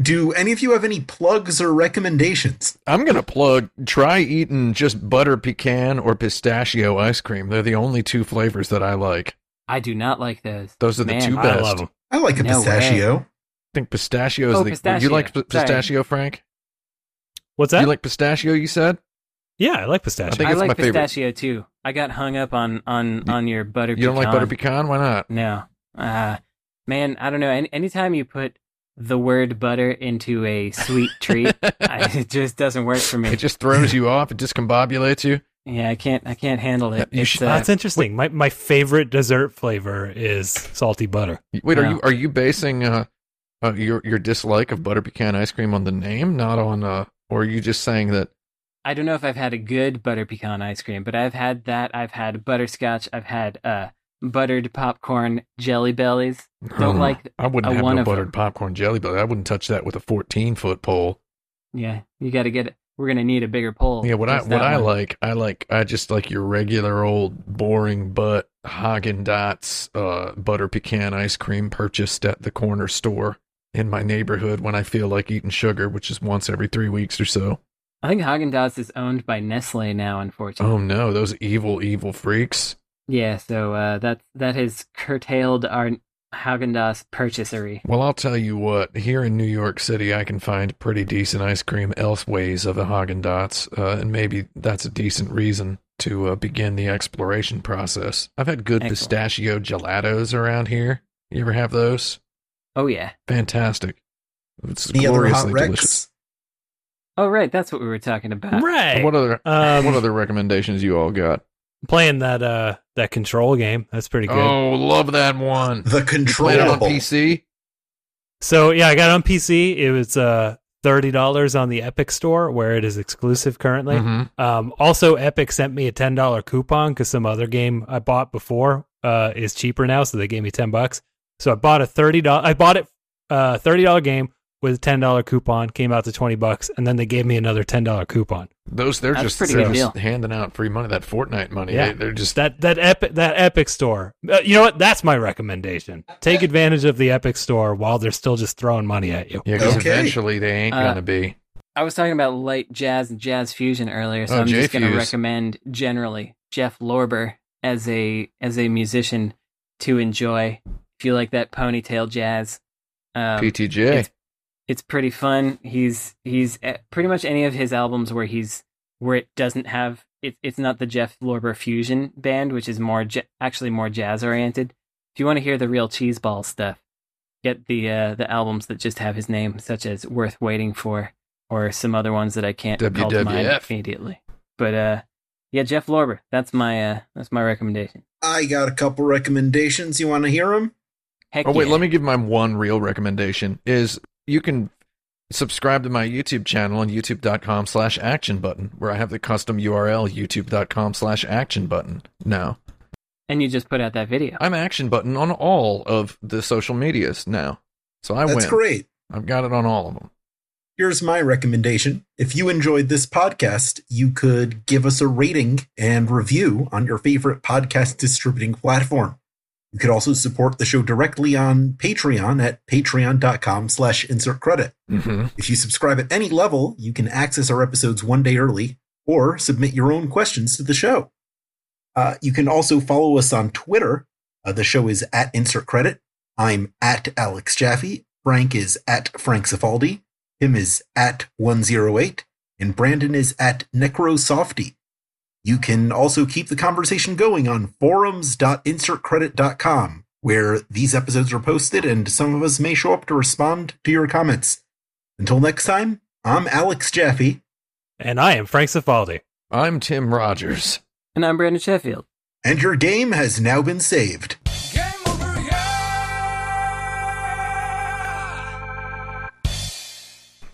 [SPEAKER 3] Do any of you have any plugs or recommendations?
[SPEAKER 5] I'm gonna plug. Try eating just butter pecan or pistachio ice cream. They're the only two flavors that I like.
[SPEAKER 1] I do not like those.
[SPEAKER 5] Those are the
[SPEAKER 1] Man,
[SPEAKER 5] two
[SPEAKER 4] I
[SPEAKER 5] best.
[SPEAKER 4] love them.
[SPEAKER 3] I like a
[SPEAKER 1] No
[SPEAKER 3] pistachio.
[SPEAKER 5] I think pistachio is
[SPEAKER 1] Oh,
[SPEAKER 5] the.
[SPEAKER 1] pistachio.
[SPEAKER 5] You like p-
[SPEAKER 1] Sorry.
[SPEAKER 5] pistachio, Frank?
[SPEAKER 4] What's that?
[SPEAKER 5] You like pistachio? You said.
[SPEAKER 4] yeah, I like
[SPEAKER 5] I
[SPEAKER 4] pistachio.
[SPEAKER 5] think
[SPEAKER 1] I
[SPEAKER 5] it's
[SPEAKER 1] like
[SPEAKER 5] my favorite.
[SPEAKER 1] pistachio too. I got hung up on on on your butter.
[SPEAKER 5] You don't like butter
[SPEAKER 1] pecan.
[SPEAKER 5] pecan? Why not?
[SPEAKER 1] No, uh, man, I don't know. Any, anytime you put the word butter into a sweet
[SPEAKER 5] <laughs>
[SPEAKER 1] treat, I, it just doesn't work for me.
[SPEAKER 5] It just throws you off. It discombobulates you.
[SPEAKER 1] yeah, I can't. I can't handle it.
[SPEAKER 5] You
[SPEAKER 1] It's,
[SPEAKER 5] should-
[SPEAKER 1] uh,
[SPEAKER 4] Oh, That's interesting. My my favorite dessert flavor is salty butter.
[SPEAKER 5] Wait, are
[SPEAKER 1] No.
[SPEAKER 5] you are you basing uh, uh, your your dislike of butter pecan ice cream on the name, not on uh, or are you just saying that?
[SPEAKER 1] I don't know if I've had a good butter pecan ice cream, but I've had that. I've had butterscotch. I've had uh, buttered popcorn jelly bellies. Don't
[SPEAKER 5] Hmm,
[SPEAKER 1] like.
[SPEAKER 5] I wouldn't
[SPEAKER 1] a
[SPEAKER 5] have
[SPEAKER 1] one
[SPEAKER 5] no
[SPEAKER 1] of 'em.
[SPEAKER 5] buttered popcorn jelly, but I wouldn't touch that with a fourteen foot pole.
[SPEAKER 1] Yeah, you got to get. it. We're gonna need a bigger pole.
[SPEAKER 5] Yeah, what I
[SPEAKER 1] Just
[SPEAKER 5] what
[SPEAKER 1] that
[SPEAKER 5] I
[SPEAKER 1] one.
[SPEAKER 5] like, I like I just like your regular old boring but Hagen Dots uh, butter pecan ice cream purchased at the corner store in my neighborhood when I feel like eating sugar, which is once every three weeks or so.
[SPEAKER 1] I think Haagen Dazs is owned by Nestle now, unfortunately.
[SPEAKER 5] Oh no, those evil evil freaks.
[SPEAKER 1] Yeah, so uh, that that has curtailed our Haagen Dazs purchasery.
[SPEAKER 5] Well, I'll tell you what. Here in New York City, I can find pretty decent ice cream elseways of the Haagen Dots, uh, and maybe that's a decent reason to uh, begin the exploration process. I've had good
[SPEAKER 1] Excellent.
[SPEAKER 5] pistachio gelatos around here. You ever have those?
[SPEAKER 1] Oh yeah.
[SPEAKER 5] Fantastic. It's
[SPEAKER 3] Any other hot
[SPEAKER 5] gloriously delicious.
[SPEAKER 3] wrecks?
[SPEAKER 1] Oh right, that's what we were talking about.
[SPEAKER 4] Right.
[SPEAKER 5] Uh, What other
[SPEAKER 4] Um,
[SPEAKER 5] what other recommendations you all got?
[SPEAKER 4] playing that uh that control game. That's pretty good.
[SPEAKER 5] Oh, love that one.
[SPEAKER 3] The
[SPEAKER 5] You played it on
[SPEAKER 3] controllable.
[SPEAKER 5] PC.
[SPEAKER 4] So yeah, I got it on PC. It was uh thirty dollars on the Epic Store where it is exclusive currently.
[SPEAKER 5] Mhm.
[SPEAKER 4] Um, also, Epic sent me a ten dollar coupon because some other game I bought before uh is cheaper now, so they gave me ten bucks. So I bought a thirty dollar. I bought it uh thirty dollar game with a ten dollar coupon. Came out to twenty bucks, and then they gave me another ten dollar coupon.
[SPEAKER 5] Those they're
[SPEAKER 1] That's
[SPEAKER 5] just,
[SPEAKER 1] pretty
[SPEAKER 5] they're
[SPEAKER 1] good
[SPEAKER 5] just
[SPEAKER 1] deal.
[SPEAKER 5] handing out free money. That Fortnite money.
[SPEAKER 4] Yeah.
[SPEAKER 5] They, they're just
[SPEAKER 4] That that epic that Epic Store. Uh, you know what? That's my recommendation. Take advantage of the Epic Store while they're still just throwing money at you.
[SPEAKER 5] Yeah, because
[SPEAKER 3] Okay.
[SPEAKER 5] eventually they ain't
[SPEAKER 1] Uh,
[SPEAKER 5] gonna be.
[SPEAKER 1] I was talking about light jazz and jazz fusion earlier, so
[SPEAKER 5] Oh,
[SPEAKER 1] I'm just going to
[SPEAKER 5] J-Fuse.
[SPEAKER 1] recommend generally Jeff Lorber as a as a musician to enjoy. If you like that ponytail jazz, um,
[SPEAKER 5] PTJ.
[SPEAKER 1] it's- it's pretty fun. He's he's eh, pretty much any of his albums where he's where it doesn't have it, it's not the Jeff Lorber fusion band, which is more ja- actually more jazz oriented. If you want to hear the real cheeseball stuff, get the uh, the albums that just have his name, such as Worth Waiting For, or some other ones that I can't call to mind
[SPEAKER 5] WWF.
[SPEAKER 1] immediately. But uh, yeah, Jeff Lorber. That's my uh, that's my recommendation.
[SPEAKER 3] I got a couple recommendations. You want to hear them?
[SPEAKER 1] Heck
[SPEAKER 5] Oh wait,
[SPEAKER 1] yeah.
[SPEAKER 5] let me give my one real recommendation. Is you can subscribe to my YouTube channel on youtube.com slash action button, where I have the custom URL youtube.com slash action button now.
[SPEAKER 1] And you just put out that video.
[SPEAKER 5] I'm action button on all of the social medias now. So I
[SPEAKER 3] That's
[SPEAKER 5] win.
[SPEAKER 3] great.
[SPEAKER 5] I've got it on all of them.
[SPEAKER 3] Here's my recommendation. If you enjoyed this podcast, you could give us a rating and review on your favorite podcast distributing platform. You could also support the show directly on Patreon at patreon.com slash insert credit.
[SPEAKER 5] Mm-hmm.
[SPEAKER 3] If you subscribe at any level, you can access our episodes one day early or submit your own questions to the show. Uh, you can also follow us on Twitter. Uh, the show is at Insert Credit. I'm at Alex Jaffe. Frank is at Frank Cifaldi. Tim is at 108. And Brandon is at Necrosofty. You can also keep the conversation going on forums.insertcredit.com, where these episodes are posted and some of us may show up to respond to your comments. Until next time, I'm Alex Jaffe.
[SPEAKER 4] And I am Frank Cifaldi.
[SPEAKER 5] I'm Tim Rogers.
[SPEAKER 1] And I'm Brandon Sheffield.
[SPEAKER 3] and your game has now been saved.
[SPEAKER 6] Game over, yeah!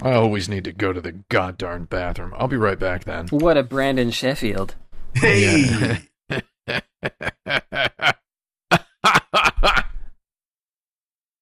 [SPEAKER 5] I always need to go to the goddamn
[SPEAKER 1] <laughs>
[SPEAKER 5] bathroom. I'll be right back then.
[SPEAKER 1] What a Brandon Sheffield.
[SPEAKER 3] Hey!
[SPEAKER 5] Yeah.